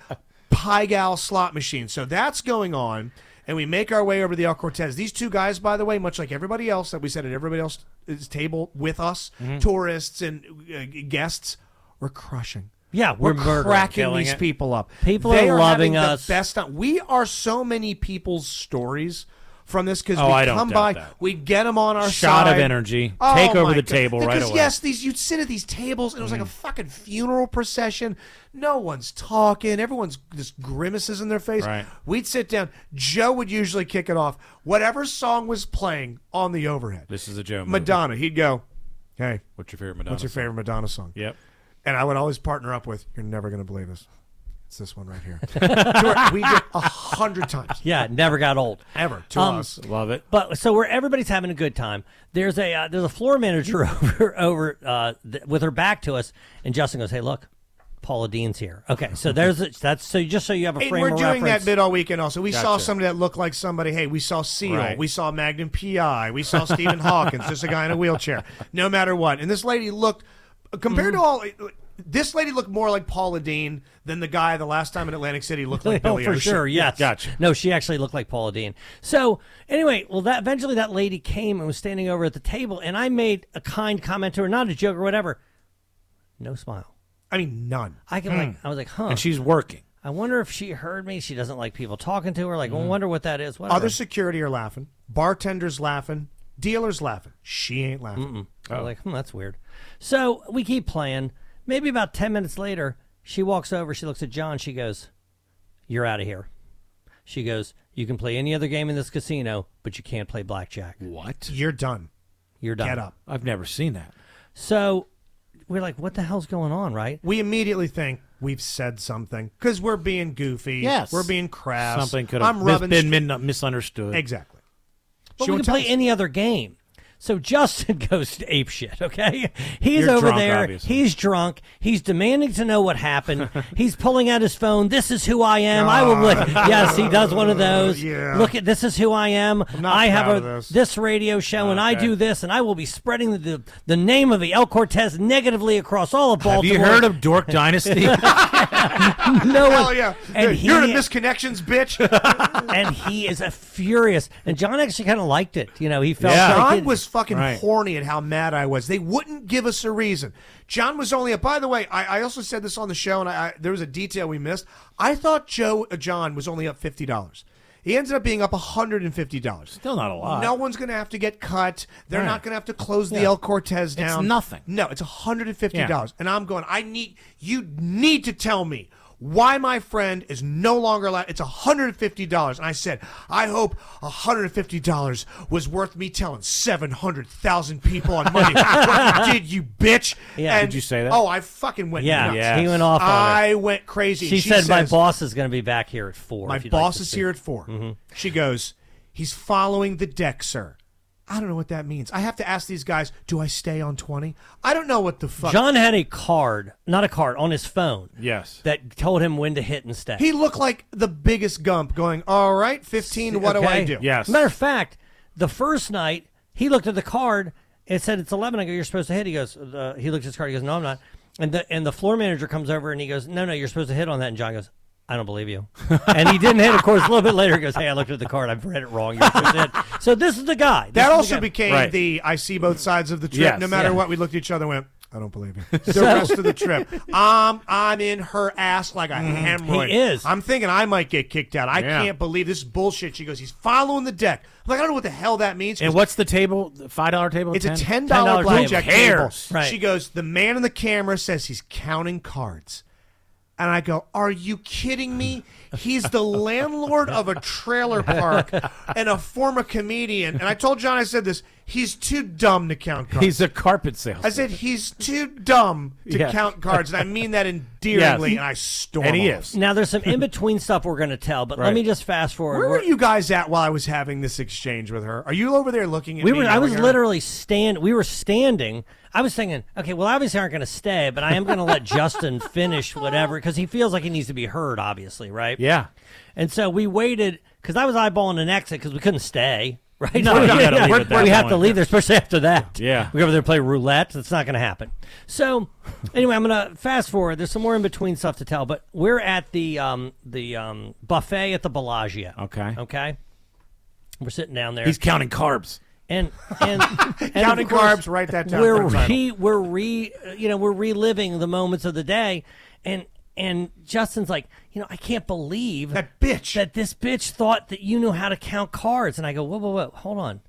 E: Pygal slot machines. So that's going on. And we make our way over the El Cortez. These two guys, by the way, much like everybody else that we said at everybody else's table with us,
I: Mm-hmm.
J: Mhm.
E: tourists and uh, guests, we're crushing.
I: Yeah,
E: we're,
I: we're murdering,
E: cracking
I: killing
E: these
I: it.
E: people up.
I: People
E: They
I: are loving
E: having
I: us.
E: The best time. We are so many people's stories from this because
J: Oh,
E: we
J: I don't
E: come
J: doubt
E: by,
J: that.
E: we get them on our
J: Shot of
E: side.
J: energy.
E: Oh,
J: Take over
E: my
J: the
E: God.
J: table right
E: because,
J: away. Mm.
E: Yes, these you'd sit at these tables and it was like a fucking funeral procession. No one's talking. Everyone's just grimaces in their face.
J: Right.
E: We'd sit down. Joe would usually kick it off. Whatever song was playing on the overhead.
J: This is a Joe. movie.
E: Madonna. He'd go, "Hey,
J: What's your favorite Madonna?
E: what's your
J: song?
E: favorite Madonna song?"
J: Yep.
E: And I would always partner up with, "You're never gonna believe this. It's this one right here." To where we did a hundred times.
I: Yeah, Um, it never got old
E: Ever, to us.
J: Love it.
I: But so where everybody's having a good time. There's a uh, there's a floor manager over over uh, th- with her back to us, and Justin goes, "Hey, look, Paula Dean's here." Okay, so there's a, that's so just so you have a
E: And
I: frame
E: we're
I: of
E: doing
I: reference.
E: that bit all weekend. Also, we saw
I: Gotcha.
E: somebody that looked like somebody. Hey, we saw Seal,
I: Right.
E: we saw Magnum PI, we saw Stephen Hawkins, just a guy in a wheelchair. No matter what, and this lady looked compared
I: Mm.
E: to all. This lady looked more like Paula Dean than the guy the last time in Atlantic City looked like
I: oh,
E: Billy
I: for
E: Ocean.
I: sure, yes. Gotcha. No, she actually looked like Paula Dean. So anyway, well, that eventually that lady came and was standing over at the table, and I made a kind comment to her, not a joke or whatever. No smile.
E: I mean, none.
I: I can like.
E: Hmm.
I: I was like, huh?
J: And she's working.
I: I wonder if she heard me. She doesn't like people talking to her. Like, I wonder what that is. Whatever.
E: Hmm. Other security are laughing, bartenders laughing, dealers laughing. She ain't laughing.
I: I'm like, hmm, that's weird. So we keep playing. Maybe about 10 minutes later, she walks over. She looks at John. She goes, You're out of here. She goes, You can play any other game in this casino, but you can't play blackjack.
J: What?
E: You're done.
I: You're done.
E: Get up.
J: I've never seen that.
I: So we're like, What the hell's going on, right?
E: We immediately think we've said something because we're being goofy.
J: Yes.
E: we're being crass.
J: Something could
E: I'm
J: have mis-
E: rubbing
J: been min- misunderstood.
E: Exactly.
I: But
E: She
I: we
E: won't
I: can play
E: tell us.
I: any other game. So Justin goes ape shit. Okay, he's
J: You're
I: over
J: drunk,
I: there.
J: obviously.
I: He's drunk. He's demanding to know what happened. he's pulling out his phone. This is who I am. I will look.
J: God.
I: Yes, he does one of those.
J: Yeah.
I: Look at this is who I am. I have
J: proud
I: a
J: of this.
I: radio show, and I
J: Okay.
I: do this, and I will be spreading the the, the name of the El Cortez negatively across all of
J: Have
I: Baltimore.
J: you heard of Dork Dynasty?
I: no
E: Hell
I: one-
E: Oh, yeah.
I: And
E: Dude, you're
I: he-
E: in misconnections, bitch.
I: and he is a furious. And John actually kind of liked it. You know, he felt like
E: John
I: it-
E: was fucking horny at how mad I was. They wouldn't give us a reason. John was only. By the way, I, I also said this on the show, and I, I, there was a detail we missed. I thought Joe uh, John was only up fifty dollars. He ended up being up hundred and fifty dollars. Still
J: not a lot.
E: No one's going to have to get cut. They're
J: Right.
E: not going to have to close the
J: Yeah.
E: El Cortez
J: It's
E: down.
J: nothing.
E: No, it's hundred and fifty
J: Yeah.
E: dollars, and I'm going. I need you need to tell me. Why my friend is no longer allowed? It's $150. And I said, I hope $150 was worth me telling 700,000 people on Monday. what you did you, bitch?
I: Yeah.
E: And-
I: Did you say that?
E: Oh, I fucking went
I: yeah,
E: nuts.
I: he went off. on
E: I
I: it.
E: went crazy.
I: She,
E: She
I: said, "My
E: says-
I: boss is going to be back here at four.
E: My boss is here at 4
I: Mm-hmm.
E: She goes, He's following the deck, sir. I don't know what that means. I have to ask these guys, do I stay on 20? I don't know what the fuck.
I: John had a card, not a card, on his phone.
J: Yes.
I: that told him when to hit and stay.
E: He looked like the biggest gump going, all right, 15, what do I
I: Okay?
E: do?
I: Matter of fact, the first night he looked at the card. It said it's eleven. I go, you're supposed to hit. He goes. Uh, he looks at his card. He goes, no, I'm not. And the and the floor manager comes over and he goes, no, no, you're supposed to hit on that. And John goes, I don't believe you. and he didn't hit. Of course, a little bit later, he goes, hey, I looked at the card. I've read it wrong. You're supposed to hit. So this is the guy. This
E: That
I: is the
E: also
I: guy.
E: became the I see both sides of the trip.
I: Yes.
E: no matter
I: Yeah.
E: what, we looked at each other and went, I don't believe you. The
I: So-
E: rest of the trip. Um, I'm in her ass like a hemorrhoid.
I: Mm-hmm. He is.
E: I'm thinking I might get kicked out. I
J: Yeah.
E: can't believe this is bullshit. She goes, he's following the deck. I'm like, I don't know what the hell that means.
J: and what's the table? The Five dollar table.
E: It's a ten
J: $10
E: dollar blackjack
J: table. Who
E: table.
J: cares?
E: She goes, the man in the camera says he's counting cards. And I go, are you kidding me? He's the landlord of a trailer park and a former comedian. And I told John, I said this, he's too dumb to count cards.
J: He's a carpet salesman.
E: I said he's too dumb to
J: Yeah.
E: count cards, and I mean that endearingly. And I storm. off.
I: Now there's some in between stuff we're going to tell, but let
E: Right.
I: me just fast forward.
E: Where
I: We're-
E: were you guys at while I was having this exchange with her? Are you over there looking at
I: we
E: me?
I: were. I was
E: yelling at her?
I: literally stand. We were standing. I was thinking, okay, well, obviously aren't going to stay, but I am going to let Justin finish whatever because he feels like he needs to be heard, obviously, right?
J: Yeah.
I: And so we waited because I was eyeballing an exit because we couldn't stay. Right?
J: No, you gotta leave
I: we're-
J: at that
I: we have to
J: point.
I: leave there, especially after that.
J: Yeah.
I: we go over there and play roulette. That's not going to happen. So, anyway, I'm going to fast forward. There's some more in between stuff to tell, but we're at the um, the um, buffet at the Bellagio.
J: Okay.
I: Okay. We're sitting down there.
J: He's counting carbs.
I: And and, and
E: Counting
I: of course,
E: carbs, write that down
I: We're
E: for the title.
I: re, we're re you know we're reliving the moments of the day, and and Justin's like you know I can't believe that
E: bitch
I: that this bitch thought that you knew how to count cards, and I go whoa whoa whoa hold on.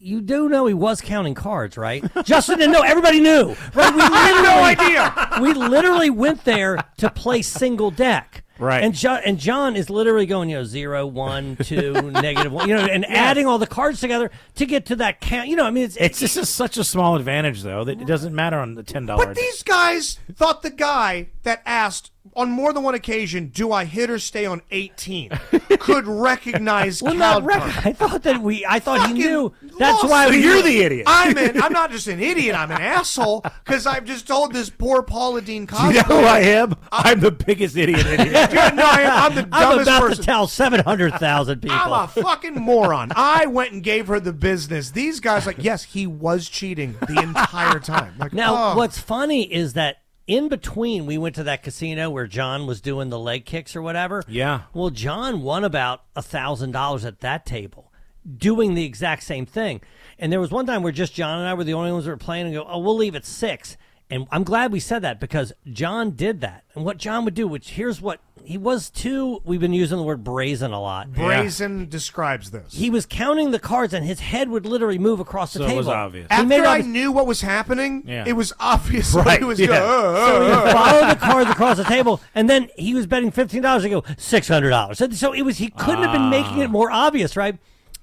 I: You do know he was counting cards, right? Justin didn't know. Everybody knew, right? We literally,
E: no
I: idea. We literally went there to play single deck,
J: Right.
I: And jo- and John is literally going, you know, zero, one, two, negative one, you know, and adding all the cards together to get to that count. You know, I mean, it's
J: It's just a, such a small advantage, though, that it doesn't matter on the ten dollar.
E: But these guys thought the guy that asked on more than one occasion, "Do I hit or stay on 18?" could recognize
I: well,
E: Cal
I: not rec- I thought that we. I thought he knew. That's
E: Lost
I: why
E: it.
I: we,
E: I'm an, I'm not just an idiot. I'm an asshole because I've just told this poor Paula Dean Cosby.
I: Uh,
J: am? I'm the biggest idiot. in here.
E: Dude, no, I am. I'm the
I: I'm
E: dumbest
I: about
E: person.
I: to tell seven hundred thousand people.
E: I'm a fucking moron. I went and gave her the business. These guys, like, yes, he was cheating the entire time. Like,
I: Now,
E: oh.
I: what's funny is that in between, we went to that casino where John was doing the leg kicks or whatever.
J: Yeah.
I: Well, John won about a thousand dollars at that table, doing the exact same thing. And there was one time where just John and I were the only ones that were playing, and go, oh, we'll leave at six. And I'm glad we said that because John did that. And what John would do, which here's what he was too. We've been using the word brazen a lot.
E: Brazen describes this.
I: He was counting the cards, and his head would literally move across the
J: So
I: table.
J: it was obvious.
I: He made
E: After
I: it
E: I
I: obvious-
E: knew what was happening,
I: Yeah.
E: it was obvious what
I: Right,
E: he was
I: yeah.
E: doing. Oh,
I: So
E: oh,
I: he
E: oh.
I: would follow the cards across the table, and then he was betting fifteen dollars. He go six hundred dollars. So it was he couldn't have been making
J: Ah.
I: it more obvious, right?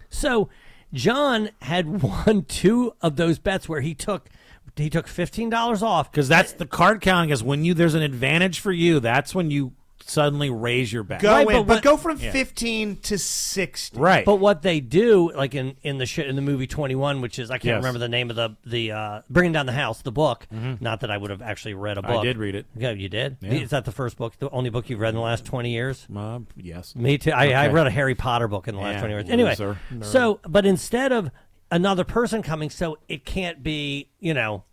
I: So John had won two of those bets where he took he took fifteen dollars off
J: Because that's the card counting is when you there's an advantage for you. That's when you suddenly raise your back.
E: Go
I: Right,
E: in,
I: but
E: but,
I: what-
E: go from
I: Yeah.
E: 15 to 60.
J: Right.
I: But what they do, like in in the sh- in the movie Twenty One, which is I can't
J: Yes.
I: remember the name of the the uh, Bringing Down the House, the book. Not that I would have actually read a
J: Mm-hmm. I
I: book.
J: did read it.
I: Yeah, you did.
J: Yeah.
I: Is that the first book, the only book you've read in the last twenty years?
J: Uh, yes.
I: Me too. I, I
J: Okay.
I: read a Harry Potter book in the last
J: Yeah,
I: twenty years. Anyway,
J: loser. Nerd.
I: so but instead of another person coming, so it can't be you know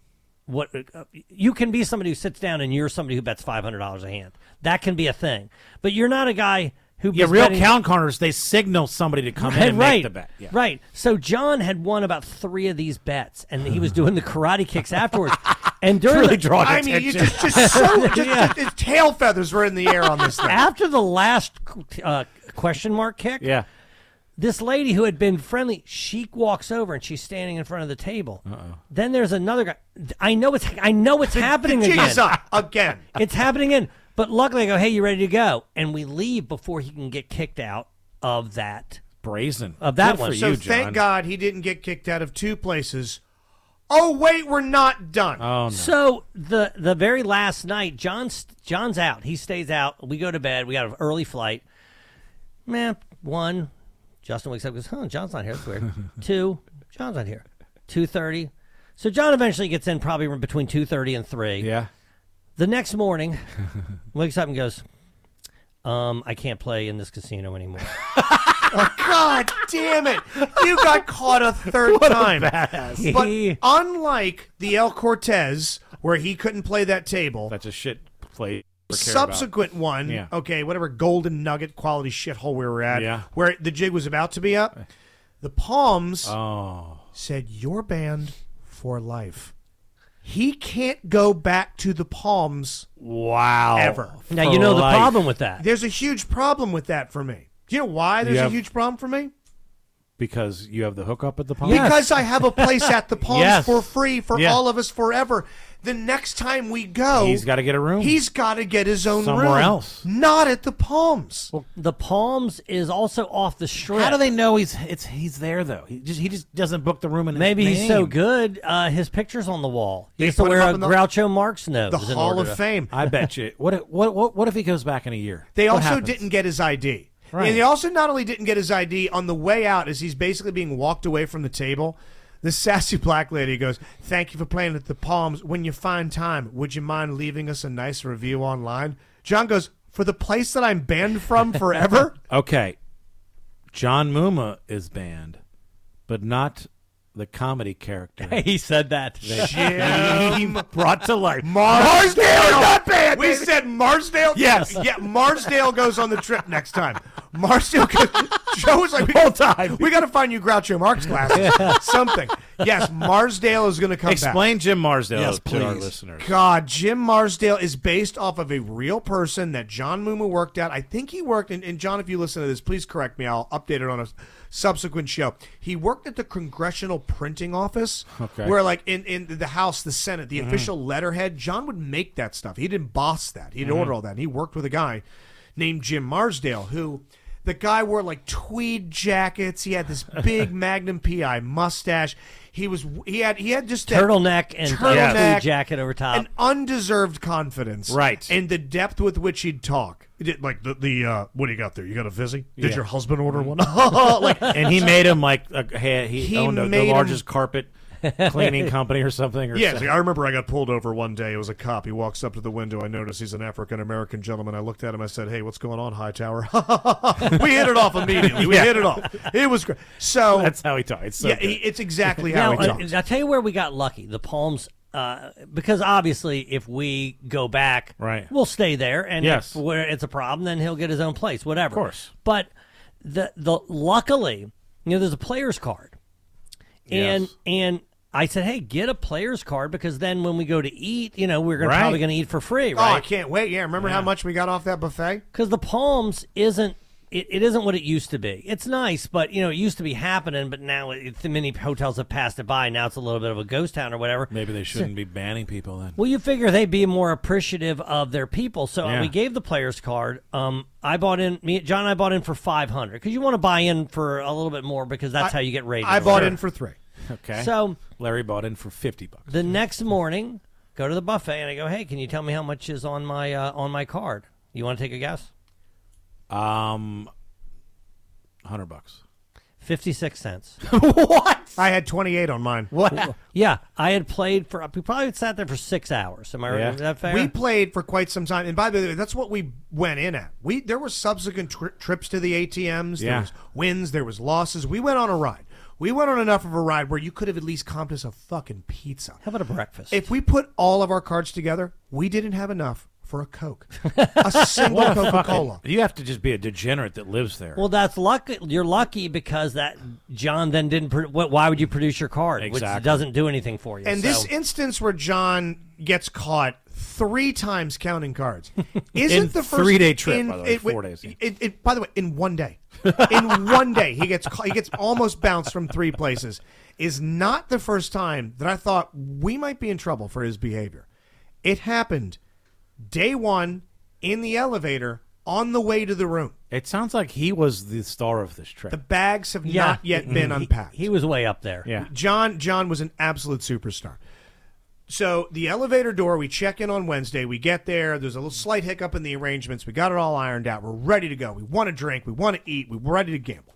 I: what uh, you can be somebody who sits down and you're somebody who bets five hundred dollars a hand. That can be a thing, but you're not a guy. Who
J: Yeah,
I: is
J: real
I: betting-
J: count corners, they signal somebody to come in and
I: right.
J: make the bet. Yeah.
I: Right. So John had won about three of these bets, and he was doing the karate kicks afterwards. And during
J: Really
I: the,
J: drawing
E: I mean, you just, just so just,
I: Yeah.
E: just- tail feathers were in the air on this thing.
I: After the last uh, question mark kick,
J: yeah,
I: this lady who had been friendly, she walks over and she's standing in front of the table. Uh-oh. Then there's another guy. I know it's I know it's happening again.
E: Jeez, uh, again.
I: It's happening in. But luckily, I go, hey, you ready to go? And we leave before he can get kicked out of that
J: brazen
I: of that one.
E: so thank God he didn't get kicked out of two places. Oh wait, we're not done.
J: Oh no.
I: So the the very last night, John's John's out. He stays out. We go to bed. We got an early flight. Man, one, Justin wakes up and goes, "Huh, John's not here. That's weird." Two, John's not here. Two thirty. So John eventually gets in probably between two thirty and three.
J: Yeah.
I: The next morning, wakes up and goes, "Um, I can't play in this casino anymore."
E: God damn it! You got caught a third
J: What a
E: time.
J: badass.
E: But unlike the El Cortez, where he couldn't play that table,
J: That's a shit play. or care about.
E: subsequent one,
J: Yeah.
E: okay, whatever golden nugget quality shithole we were at,
J: Yeah.
E: where the jig was about to be up, the Palms
J: Oh.
E: said, You're banned for life. He can't go back to the Palms
J: Wow.
E: ever.
I: Now you know the problem with that.
E: There's a huge problem with that for me. Do you know why there's
J: You
E: a
J: have-
E: huge problem for me?
J: because you have the hookup at the palm.
E: Because I have a place at the Palms
J: Yes.
E: for free for
J: Yeah.
E: all of us forever. The next time we go,
J: He's got to get a room.
E: he's got to get his own
J: Somewhere
E: room.
J: else.
E: Not at the Palms.
I: The Palms is also off the strip.
J: How do they know he's it's he's there though? He just he just doesn't book the room in his
I: Maybe he's so
J: name.
I: good. Uh, his picture's on the wall. He
E: They
I: used to
E: put him
I: wear
E: up
I: a
E: in the-
I: Groucho Marx nose.
E: The
I: in
E: Hall
I: order
E: of
I: to-
E: Fame.
J: I bet you. What if- what what what if he goes back in a year?
E: They
J: What
E: also
J: happens?
E: didn't get his ID.
J: Right.
E: And they also not only didn't get his ID on the way out as he's basically being walked away from the table. This sassy black lady goes, "Thank you for playing at the Palms. When you find time, would you mind leaving us a nice review online?" John goes, "For the place that I'm banned from forever."
J: Okay. John Muma is banned, but not the comedy character.
I: he said that.
E: Jim
J: brought to life.
E: Marsdale, not bad. We said Marsdale.
J: Yes.
E: Yeah, Marsdale goes on the trip next time. Marsdale goes. Joe was like,
J: whole time.
E: We got to find you Groucho Marx glasses. Something. Yes, Marsdale is going to come
J: Explain Jim Marsdale
P: Yes,
J: to our
P: please.
J: listeners.
E: back. God, Jim Marsdale is based off of a real person that John Moomer worked out. I think he worked, and, and John, if you listen to this, please correct me. I'll update it on a subsequent show. He worked at the Congressional Printing Office,
J: Okay.
E: where like in, in the House, the Senate, the official letterhead, John would make that stuff. He didn't boss that. He'd order all that. And he worked with a guy named Jim Marsdale who the guy wore like tweed jackets. He had this big Magnum PI mustache. He was he had he had just that
I: Turtleneck and
E: turtleneck,
I: a blue jacket over top.
E: an undeserved confidence,
J: Right.
E: And the depth with which he'd talk, He did- like the the uh, what do you got there? You got a fizzy? Did
J: Yeah. Mm-hmm.
E: your husband order one? like
J: And he made him like a, he, he,
E: He
J: owned a, the
E: made him-
J: largest carpet cleaning company or something. Or
E: Yeah,
J: something.
E: see, I remember I got pulled over one day. It was a cop. He walks up to the window. I noticed he's an African American gentleman. I looked at him. I said, "Hey, what's going on, Hightower?" we hit it off immediately. We
J: Yeah.
E: hit it off. It was great. So
J: That's how he talks. It's so
E: yeah,
J: good.
E: he- it's exactly how he
I: now, uh,
E: talks.
I: I'll tell you where we got lucky. The Palms, uh, because obviously, if we go back,
J: Right.
I: we'll stay there. And
J: Yes.
I: if where it's a problem, then he'll get his own place, whatever. Of
J: course.
I: But the the luckily, you know, there's a player's card, and
J: Yes.
I: and. I said, "Hey, get a player's card because then when we go to eat, you know, we're gonna,
J: Right.
I: probably going to eat for free,
E: Oh, I
I: right?
E: can't wait. Yeah, remember how much we got off that buffet?
I: because the palms isn't it, it isn't what it used to be it's nice but you know it used to be happening but now it, it's- many hotels have passed it by now it's a little bit of a ghost town or whatever
J: Maybe they shouldn't be banning people then.
I: well you figure they'd be more appreciative of their people so uh,
J: Yeah.
I: we gave the players card um i bought in me john and i bought in for 500 because you want to buy in for a little bit more because that's
E: I-
I: how you get rated
E: I
I: or
E: bought
I: whatever.
E: in for three.
J: Okay.
I: so
J: Larry bought in for fifty bucks.
I: the next morning go to the buffet and i go hey can you tell me how much is on my uh, on my card You want to take a guess?
J: Um, hundred bucks.
I: Fifty-six cents.
E: what? I had twenty-eight on mine.
I: What? Yeah, I had played for. We probably sat there for six hours. Am I right? Is that fair?
E: We played for quite some time, and by the way, that's what we went in at. We there were subsequent tri- trips to the ATMs. There
J: Yeah.
E: was wins. There was losses. We went on a ride. We went on enough of a ride where you could have at least comped us a fucking pizza. How
I: about a breakfast?
E: If we put all of our cards together, we didn't have enough for a Coke, a single
J: What a
E: Coca Cola.
J: fucking- You have to just be a degenerate that lives there.
I: Well, that's lucky. You're lucky because that John then didn't. Pro- wh- why would you produce your card,
J: Exactly.
I: which doesn't do anything for you?
E: And this
I: so-
E: instance where John gets caught three times counting cards isn't
J: In
E: the first
J: three-day trip, by the way,
E: it-
J: four days.
E: It, it- by the way, in one day, in one day, he gets ca- he gets almost bounced from three places. Is not the first time that I thought we might be in trouble for his behavior. It happened day one in the elevator on the way to the room.
J: It sounds like he was the star of this trip.
E: The bags have
J: Yeah.
E: not yet been
J: Mhm.
E: unpacked.
I: Mm-hmm. He was way up there.
J: Yeah.
E: John John was an absolute superstar. So the elevator door, we check in on Wednesday. We get there. There's a little slight hiccup in the arrangements. We got it all ironed out. We're ready to go. We want to drink. We want to eat. We're ready to gamble.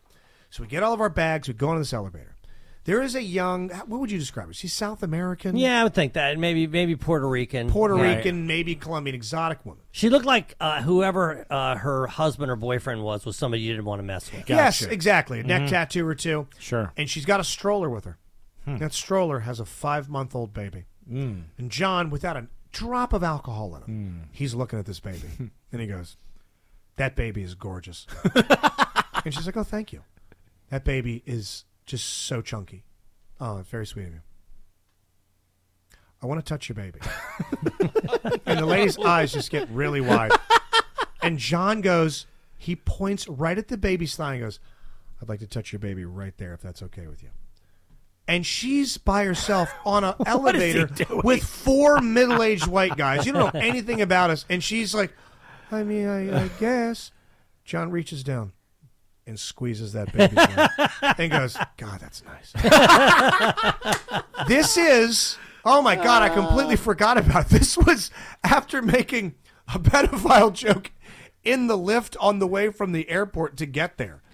E: So we get all of our bags. We go into this elevator. There is a young. What would you describe her? She's South American.
I: yeah, I would think that maybe maybe Puerto Rican.
E: Puerto
I: Yeah.
E: Rican, maybe Colombian exotic woman.
I: She looked like uh, whoever uh, her husband or boyfriend was was somebody you didn't want to mess with.
E: Yes, exactly. A neck
I: Mhm.
E: tattoo or two.
J: Mm-hmm. Sure. Hmm.
E: And she's got a stroller with her. That stroller has a five month old baby.
J: Mm. Hmm.
E: And John, without a drop of alcohol in him, he's looking at this baby. and he goes, That baby is gorgeous. and she's like, Oh, thank you. That baby is just so chunky. Oh, very sweet of you. I want to touch your baby. and the lady's eyes just get really wide. And John goes, he points right at the baby's thigh and goes, I'd like to touch your baby right there if that's okay with you. And she's by herself on an
N: What is he
E: elevator
N: doing?
E: with four middle aged white guys. You don't know anything about us. And she's like, I mean, I, I guess. John reaches down and squeezes that baby's hand and goes, God, that's nice. this is, oh my God, I completely forgot about this. was after making a pedophile joke in the lift on the way from the airport to get there.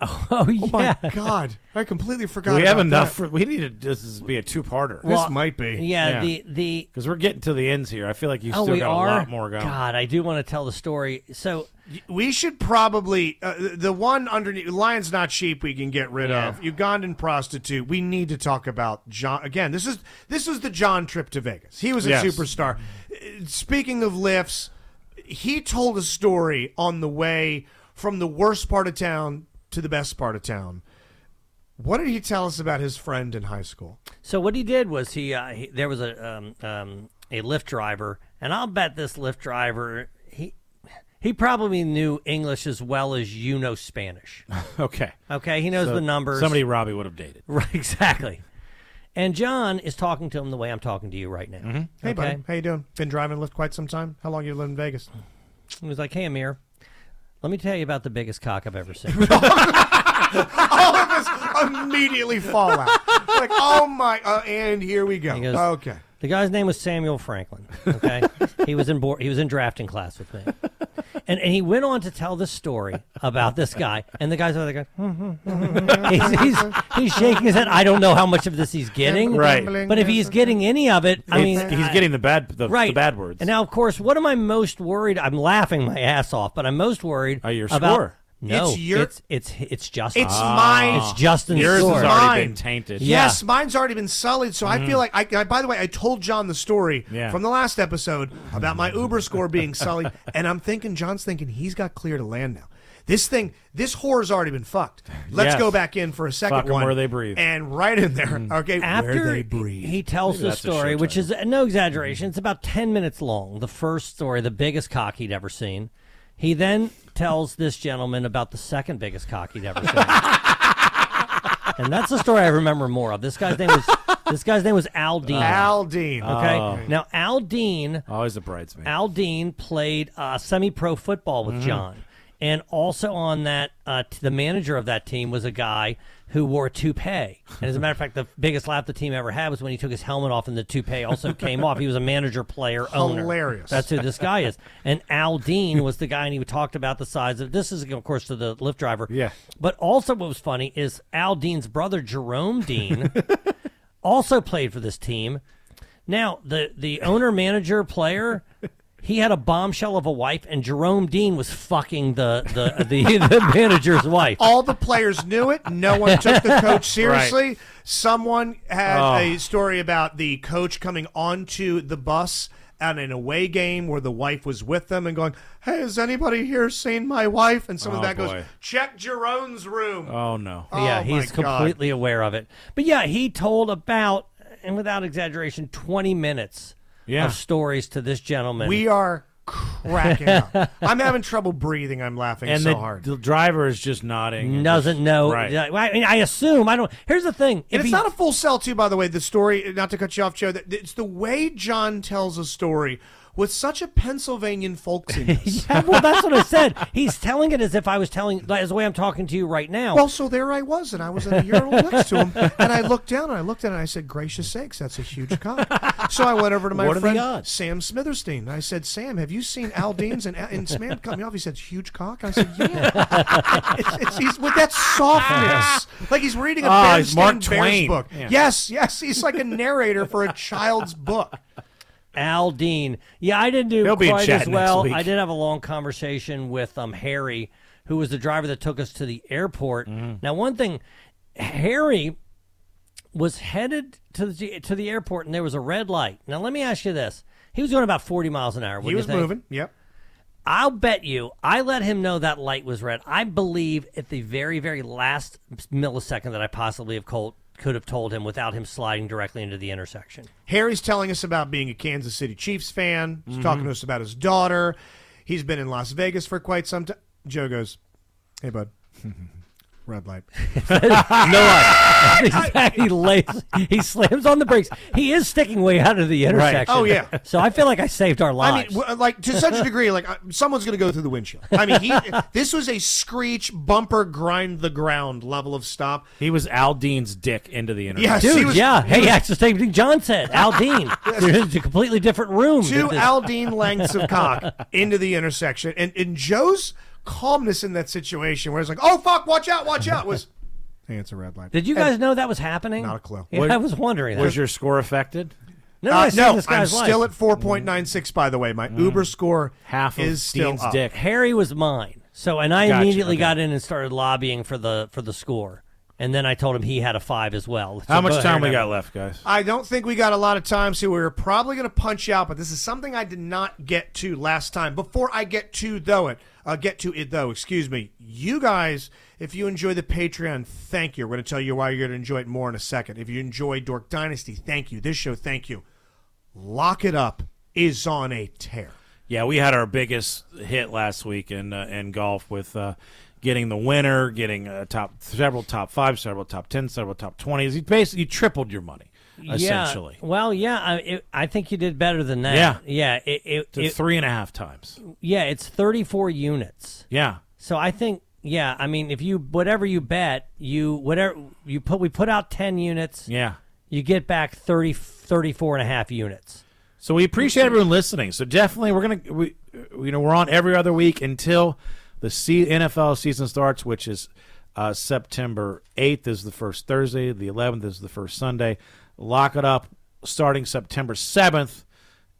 I: Oh,
E: my God, I completely forgot
J: we have
E: about
J: enough.
E: that.
J: For, we need to, this is be a two-parter.
E: This Well, might be.
I: yeah, the- the
J: because we're getting to the ends here. I feel like you
I: oh,
J: still
I: we
J: got
I: are.
J: a lot more going.
I: God, I do want to tell the story. So
E: we should probably uh, the one underneath lion's not sheep we can get rid of ugandan prostitute we need to talk about john again this is this was the john trip to vegas he was a
J: Yes.
E: superstar Uh, speaking of lifts he told a story on the way from the worst part of town to the best part of town what did he tell us about his friend in high school
I: So what he did was he, uh, he there was a um, um, a Lyft driver, and I'll bet this Lyft driver he he probably knew English as well as you know Spanish.
J: Okay.
I: Okay, he knows
J: So
I: the numbers.
J: Somebody Robbie would have dated.
I: right? Exactly. And John is talking to him the way I'm talking to you right now. Mm-hmm.
E: hey buddy how you doing been driving lift quite some time how long you lived in vegas
I: He was like, "Hey, Amir, let me tell you about the biggest cock I've ever seen."
E: all of us immediately fall out. Like, oh my, uh, and here we go.
I: He goes,
E: Oh, okay.
I: The guy's name was Samuel Franklin. Okay, he was in board, he was in drafting class with me, and and he went on to tell this story about this guy. And the guy's over there "Hmm, going, he's, he's he's shaking his head. I don't know how much of this he's getting,
J: Right.
I: But if he's getting any of it, I mean,
J: It's- he's getting the bad the,
I: right
J: the bad words.
I: And now, of course, what am I most worried? I'm laughing my ass off, but I'm most worried. Are your about,
J: Uh, score.
I: No,
E: It's your-
I: it's it's it's Justin.
E: It's mine.
I: It's Justin's
J: Ah. Yours
I: score.
J: has already been tainted.
E: Yes, mine's already been sullied. So I feel like I, I. By the way, I told John the story
J: Mm-hmm. Yeah.
E: from the last episode about my Uber score being sullied, and I'm thinking John's thinking he's got clear to land now. This thing, this whore's already been fucked. Let's
J: Yes.
E: go back in for a second
J: Fuck 'em
E: one.
J: where they breathe. Mm.
E: and right in there. Okay,
I: after
E: where they breathe.
I: he tells
E: Maybe
I: the
E: that's a show
I: story, which is uh, no exaggeration, it's about ten minutes long. The first story, the biggest cock he'd ever seen. He then tells this gentleman about the second biggest cock he'd ever seen. And that's the story I remember more of. This guy's name was this guy's name was Al Dean.
E: Al Dean.
I: Okay.
J: Oh.
I: Now Al Dean
J: Always a bridesmaid.
I: Al Dean played uh, semi-pro football with
J: Mhm.
I: John, And also on that, uh, t- the manager of that team was a guy who wore a toupee. And as a matter of fact, the biggest laugh the team ever had was when he took his helmet off and the toupee also came off. He was a manager, player, owner.
E: Hilarious.
I: That's who this guy is. And Al Dean was the guy, and he talked about the size of this is, of course, to the lift driver. Yeah. But also, what was funny is Al Dean's brother, Jerome Dean, also played for this team. Now, the, the owner, manager, player, he had a bombshell of a wife, and Jerome Dean was fucking the the, the, the manager's wife.
E: All the players knew it. No one took the coach seriously. Someone had
I: Oh.
E: a story about the coach coming onto the bus at an away game where the wife was with them and going, "Hey, has anybody here seen my wife?" And someone
J: Oh,
E: that
J: boy.
E: goes, "Check Jerome's room."
J: Oh no.
I: yeah,
E: Oh,
I: he's
E: my God.
I: completely aware of it. But yeah, he told about, and without exaggeration, 20 minutes
E: Yeah.
I: of stories to this gentleman.
E: We are cracking up. I'm having trouble breathing. I'm laughing
J: And
E: so
J: the,
E: hard.
J: the driver is just nodding. and
I: Doesn't
J: just-
I: know.
J: Right.
I: I, mean, I assume. I don't. Here's the thing.
E: And
I: If
E: it's
I: he-
E: not a full sell, too, by the way. The story, not to cut you off, Joe, that- it's the way John tells a story with such a Pennsylvanian folksiness.
I: Yeah, well, that's what I said. He's telling it as if I was telling, like, as the way I'm talking to you right now.
E: Well, so there I was, and I was in the urinal next to him, and I looked down and I looked at it and I said, "Gracious sakes, that's a huge cock." So I went over to my
J: What are the
E: friend
J: odds?
E: Sam Smitherstein. and I said, "Sam, have you seen Al Dean's and, and Sam cut me off?" He said, "Huge cock." I said, "Yeah." it's, it's, he's with that softness, like he's reading a
J: Ah,
E: Ben
J: he's Mark
E: Stein Bears
J: Twain.
E: book.
J: Yeah.
E: Yes, yes, he's like a narrator for a child's book.
I: Al Dean. Yeah, I didn't do
J: He'll be in
I: quite
J: chat
I: as
J: next
I: well.
J: week.
I: I did have a long conversation with um Harry, who was the driver that took us to the airport.
J: Mm-hmm.
I: Now, one thing, Harry was headed to the to the airport, and there was a red light. Now, let me ask you this: He was going about forty miles an hour. wouldn't
E: he
I: you
E: was
I: think?
E: moving. Yep.
I: I'll bet you, I let him know that light was red. I believe at the very, very last millisecond that I possibly have cold, could have told him without him sliding directly into the intersection.
E: Harry's telling us about being a Kansas City Chiefs fan.
I: Mm-hmm.
E: He's talking to us about his daughter. He's been in Las Vegas for quite some time. Joe goes, "Hey, bud, red light."
I: no light. exactly. He, lays, he slams on the brakes. He is sticking way out of the
E: Right.
I: intersection.
E: Oh, yeah.
I: So I feel like I saved our
E: I mean,
I: lives.
E: w- like to such a degree, like uh, someone's going to go through the windshield. I mean, he, this was a screech, bumper, grind the ground level of stop.
J: He was Al Dean's dick into the
E: Yes,
J: internet.
E: he
I: Dude,
E: was-
I: yeah. Hey, that's the same thing John said. Al Dean. There's a completely different room.
E: Two
I: that this-
E: Aldine lengths of cock into the intersection, and and Joe's calmness in that situation, where it's like, "Oh fuck, watch out, watch out," was, "Hey, it's a red light."
I: Did you
E: And-
I: guys know that was happening?
E: Not a clue.
I: Yeah,
E: What-
I: I was wondering. That.
J: Was your score affected?
I: no,
E: Uh,
I: I saved this
E: I'm
I: guy's life.
E: still at 4.96, by the way. My Uber score
J: Mm. Half of
E: is still
J: Dean's
E: up.
J: dick.
I: Harry was mine. So and I
J: Gotcha,
I: immediately
J: okay.
I: got in and started lobbying for the for the score. And then I told him he had a five as well.
J: How
I: So
J: much
I: both
J: time
I: Harry
J: we
I: and I-
J: got left, guys?
E: I don't think we got a lot of time, so we are probably going to punch out. But this is something I did not get to last time. Before I get to though it, uh, get to it though. Excuse me, you guys. If you enjoy the Patreon, thank you. We're going to tell you why you're going to enjoy it more in a second. If you enjoy Dork Dynasty, thank you. This show, thank you. Lock it up is on a tear.
J: Yeah, we had our biggest hit last week in uh, in golf with uh, getting the winner, getting uh, top several top five, several top ten, several top twenties. You basically tripled your money essentially
I: Yeah, well, yeah, I, it, I think you did better than that.
J: Yeah.
I: yeah, it, it,
J: to
I: it-
J: three and a half times.
I: yeah, it's thirty four units.
J: Yeah,
I: So I think, yeah, I mean, if you whatever you bet, you whatever you put, we put out ten units.
J: yeah.
I: you get back 30, 34 and a half units.
J: So we appreciate everyone listening. So definitely, we're gonna we you know we're on every other week until the C- NFL season starts, which is uh, September eighth is the first Thursday, the eleventh is the first Sunday. Lock it up. Starting September seventh,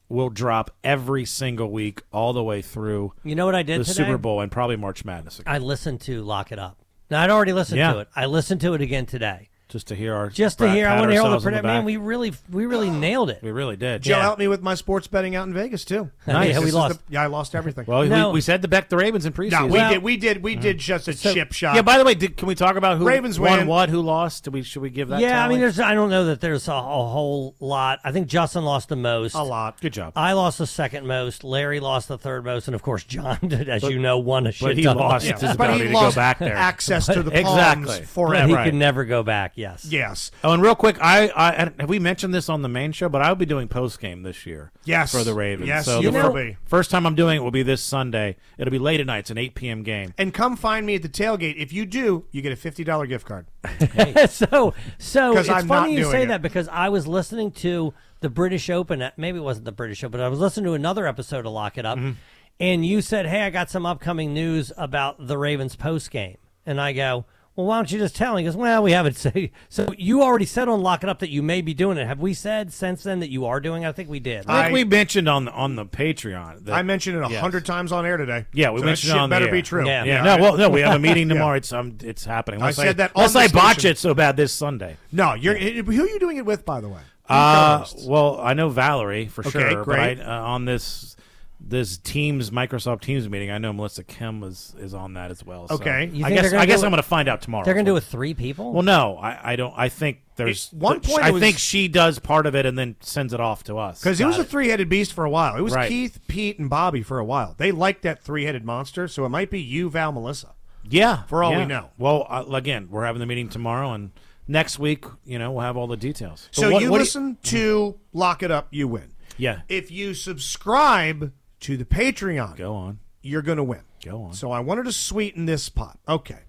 J: we'll drop every single week all the way through
I: You know what I did
J: the
I: today?
J: Super Bowl and probably March Madness again,
I: I listened to Lock It Up. Now I'd already listened
J: Yeah.
I: to it. I listened to it again today,
J: just to hear our
I: just to
J: pat-
I: hear. I
J: pat
I: want to hear all the
J: ourselves on
I: predict-
J: back.
I: man. We really, we really nailed it.
J: we really did.
E: Joe helped me with my sports betting out in Vegas too.
I: Nice.
E: This
I: we
E: is
I: lost.
E: the- yeah, I lost everything.
J: Well,
I: No.
J: we, we said to back the Ravens in preseason.
E: No, we
I: Well-
E: did. We did. We did just a chip shot.
J: Yeah. By the way, did, can we talk about who
E: Ravens
J: won
E: win.
J: what, who lost? Do we should we give that?
I: yeah, I
J: tally?
I: mean, there's. I don't know that there's a, a whole lot. I think Justin lost the most.
E: a lot.
J: good job.
I: I lost the second most. Larry lost the third most, and of course, John, did, as you know, won a shit
J: but he
I: ton.
J: lost
E: Yeah,
J: his
E: but
J: ability
E: he
J: to
E: lost
J: go back there.
E: access to the palms
J: Exactly.
I: But
E: forever.
I: he
J: Right.
I: could never go back. Yes.
E: Yes.
J: Oh, and real quick, I, I and have we mentioned this on the main show, but I'll be doing post game this year.
E: Yes.
J: for the Ravens.
E: Yes,
J: so
E: you
J: the
E: will
J: fir-
E: be.
J: First time I'm doing it will be this Sunday. It'll be late at night. It's an 8 p.m. game.
E: And come find me at the tailgate. If you do, you get a fifty dollar gift card.
I: so so
E: 'Cause
I: it's
E: I'm not
I: funny you
E: doing
I: say
E: it.
I: that because I was listening to the British Open. uh, Maybe it wasn't the British Open. but I was listening to another episode of Lock It Up,
E: Mm-hmm.
I: and you said, "Hey, I got some upcoming news about the Ravens post game," and I go. Well, why don't you just tell? And He goes, "Well, we haven't said." So you already said on Lock It Up that you may be doing it. Have we said since then that you are doing? it? I think we did.
J: I think we mentioned on the on the Patreon. That,
E: I mentioned it a hundred times on air today.
J: Yeah, we
E: so that
J: mentioned it
E: shit
J: on the
E: better
J: air.
E: be true.
J: Yeah, yeah. No, well, no, we have a meeting tomorrow. It's um, it's happening.
E: I
J: Unless
E: said that on
J: Unless
E: the
J: I botch
E: station.
J: it so bad this Sunday.
E: No, you're. Who are you doing it with, by the way?
J: Uh, well, I know Valerie for
E: Okay,
J: sure.
E: great.
J: But I, uh, on this this Teams Microsoft Teams meeting, I know Melissa Kim is is on that as well. so
E: Okay. You
J: I
E: think they're
J: guess
E: gonna
J: I guess
E: do it-
J: I'm going to find out tomorrow.
I: They're going to do it with three people.
J: Well, no, I, I don't. I think there's
E: At one point
J: I
E: it was-
J: think she does part of it and then sends it off to us
E: Because it was
J: Got
E: a three headed beast for a while. It was
J: Right.
E: Keith, Pete, and Bobby for a while. They liked that three headed monster, so it might be you, Val, Melissa.
J: Yeah,
E: For all we
J: yeah.
E: know.
J: Well, uh, again, we're having the meeting tomorrow, and next week, you know, we'll have all the details.
E: So
J: But what-
E: you
J: what do
E: listen to Lock It Up, you win.
J: Yeah.
E: If you subscribe to the Patreon,
J: go on.
E: You're going to win.
J: Go on.
E: So I wanted to sweeten this pot. Okay.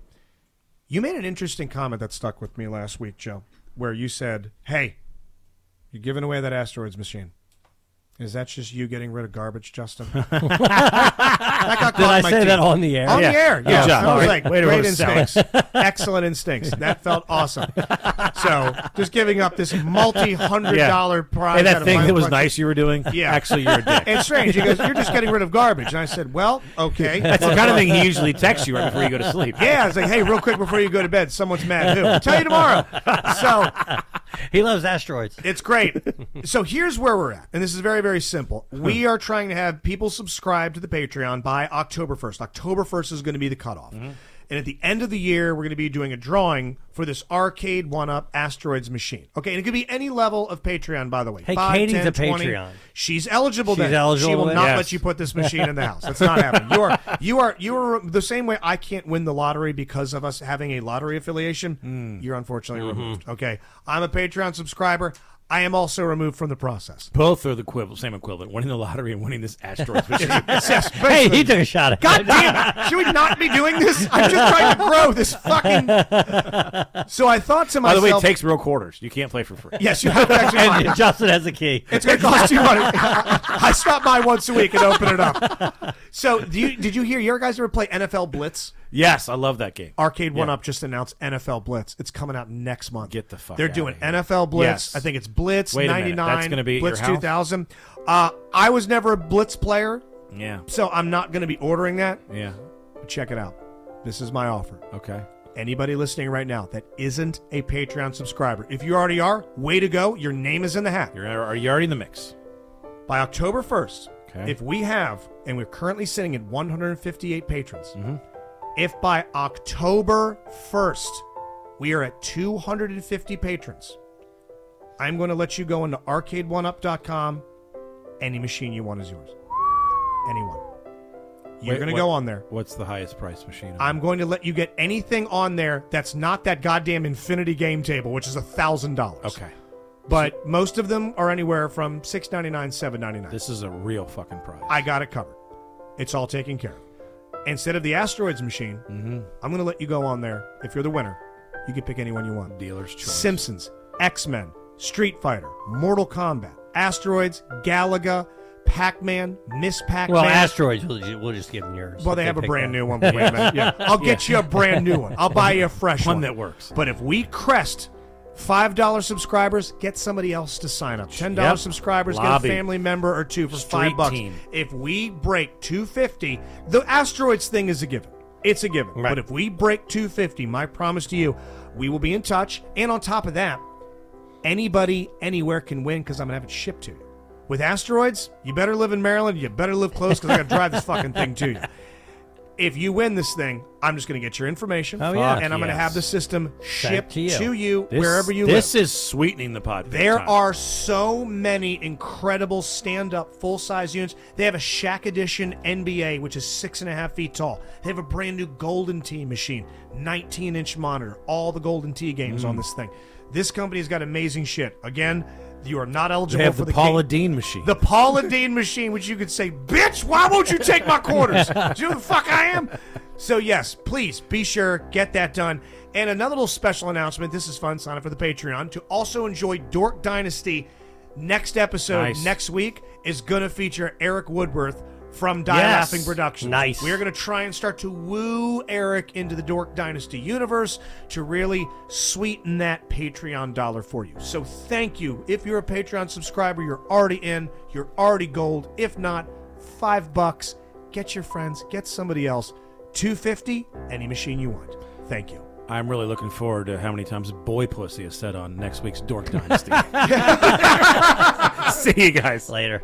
E: You made an interesting comment that stuck with me last week, Joe, where you said, "Hey, you're giving away that asteroids machine." Is that just you getting rid of garbage, Justin? that got
I: Did
E: caught
I: I
E: in my
I: say
E: teeth.
I: that on the air?
E: On
I: Yeah.
E: the air,
I: Good
E: yeah.
I: job.
E: I was
I: Sorry.
E: like,
I: Way to
E: great
I: roast that one.
E: instincts, excellent instincts. That felt awesome. So just giving up this multi-hundred
J: Yeah.
E: dollar prize.
J: Hey,
E: at
J: that
E: a
J: thing
E: fine
J: that was
E: price.
J: nice you were doing.
E: Yeah.
J: actually, you're a dick.
E: It's strange. He goes, You're just getting rid of garbage. And I said, Well, okay.
J: That's the kind of thing he usually texts you right before you go to sleep.
E: Yeah, I was like, Hey, real quick before you go to bed, someone's mad who? I'll tell you tomorrow. So
I: He loves asteroids.
E: It's great. So here's where we're at. And this is very, very simple.
I: Hmm.
E: We are trying to have people subscribe to the Patreon by October 1st. October 1st is going to be the cutoff.
I: Mm-hmm.
E: And at the end of the year, we're going to be doing a drawing for this arcade one up asteroids machine. Okay, and it could be any level of Patreon, by the way.
I: Hey,
E: Five,
I: Katie's
E: 10,
I: a
E: 20.
I: Patreon.
E: She's eligible.
I: She's
E: then.
I: eligible
E: She will
I: then?
E: not
I: Yes.
E: let you put this machine in the house. That's not happening. You are you are you are the same way I can't win the lottery because of us having a lottery affiliation.
I: Hmm.
E: You're unfortunately
I: Mm-hmm.
E: removed. Okay, I'm a Patreon subscriber. I am also removed from the process.
J: Both are the equivalent, same equivalent: winning the lottery and winning this asteroid.
E: Yes,
I: Hey,
E: basically.
I: he took a shot at
E: God damn it! Should we not be doing this? I'm just trying to grow this fucking. So I thought to
J: By the
E: myself.
J: way, it takes real quarters. You can't play for free.
E: Yes, you have to actually buy it.
I: and Justin has a key.
E: It's going to cost you money. I stop by once a week and open it up. So, do you, did you hear your guys ever play NFL Blitz?
J: Yes, I love that game.
E: Arcade
J: Yeah.
E: One Up just announced NFL Blitz. It's coming out next month. Get
J: the fuck.
E: They're
J: outta
E: doing
J: here.
E: NFL Blitz.
J: Yes.
E: I think it's Blitz
J: Wait a minute.
E: ninety nine.
J: That's gonna be at your
E: Blitz
J: house?
E: two thousand. Uh, I was never a Blitz player,
J: Yeah,
E: so I'm not going to be ordering that.
J: yeah.
E: But check it out. This is my offer.
J: Okay.
E: Anybody listening right now that isn't a Patreon subscriber, if you already are, way to go. Your name is in the hat.
J: You're are you already in the mix?
E: By October 1st,
J: Okay.
E: if we have, and we're currently sitting at 158 patrons,
J: Mm-hmm.
E: if by October 1st we are at 250 patrons, I'm going to let you go into arcade1up.com. Any machine you want is yours. Anyone. You're
J: Wait,
E: going to
J: what-
E: go on there.
J: What's the highest price machine? on
E: I'm going to let you get anything on there that's not that goddamn infinity game table, which is a thousand dollars.
J: Okay.
E: But most of them are anywhere from six ninety nine, seven ninety nine.
J: This is a real fucking prize.
E: I got it covered. It's all taken care of. Instead of the asteroids machine,
J: Mm-hmm.
E: I'm going to let you go on there. If you're the winner, you can pick anyone you want.
J: Dealer's choice.
E: Simpsons, X Men, Street Fighter, Mortal Kombat, Asteroids, Galaga, Pac Man, Miss Pac Man.
I: Well, asteroids. We'll just, we'll just give them yours.
E: Well,
I: if
E: they have a
I: pick
E: brand
I: that.
E: new one. But wait a minute. Yeah. I'll get you a brand new one. I'll buy you a fresh one.
J: One that works.
E: But if we crest five dollar subscribers, get somebody else to sign up. Ten dollar
J: Yep.
E: subscribers,
J: Lobby.
E: get a family member or two for
J: Street
E: five bucks.
J: team.
E: If we break two fifty, the asteroids thing is a given. It's a given. But if we break two fifty, my promise to you, we will be in touch. And on top of that, anybody anywhere can win because I'm gonna have it shipped to you. With asteroids, you better live in Maryland. You better live close because I gotta drive this fucking thing to you. If you win this thing, I'm just going to get your information.
J: Oh, yeah.
E: And I'm going to
J: Yes.
E: have the system shipped to
J: to
E: you,
J: you. This-
E: wherever you live.
J: this is sweetening the pot. big
E: There
J: time.
E: are so many incredible stand up full size units. They have a Shack Edition NBA, which is six and a half feet tall. They have a brand new Golden Tee machine, 19 inch monitor, all the Golden Tee games
J: Hmm.
E: on this thing. This company's got amazing shit. Again, you are not eligible
J: They have
E: for
J: the,
E: the
J: Paula
E: game-
J: Dean machine.
E: the Paula Dean machine, which you could say, bitch, why won't you take my quarters? Do you know who the fuck I am? So, yes, please be sure, get that done. And another little special announcement this is fun, sign up for the Patreon to also enjoy Dork Dynasty. Next episode,
I: Nice.
E: next week, is going to feature Eric Woodworth from Die
I: Yes.
E: Laughing Productions.
I: Nice.
E: We are going to try and start to woo Eric into the Dork Dynasty universe to really sweeten that Patreon dollar for you. So thank you. If you're a Patreon subscriber, you're already in, you're already gold. If not, five bucks. Get your friends, get somebody else. 250, any machine you want. Thank you.
J: I'm really looking forward to how many times boy pussy is said on next week's Dork Dynasty. See you guys
I: later.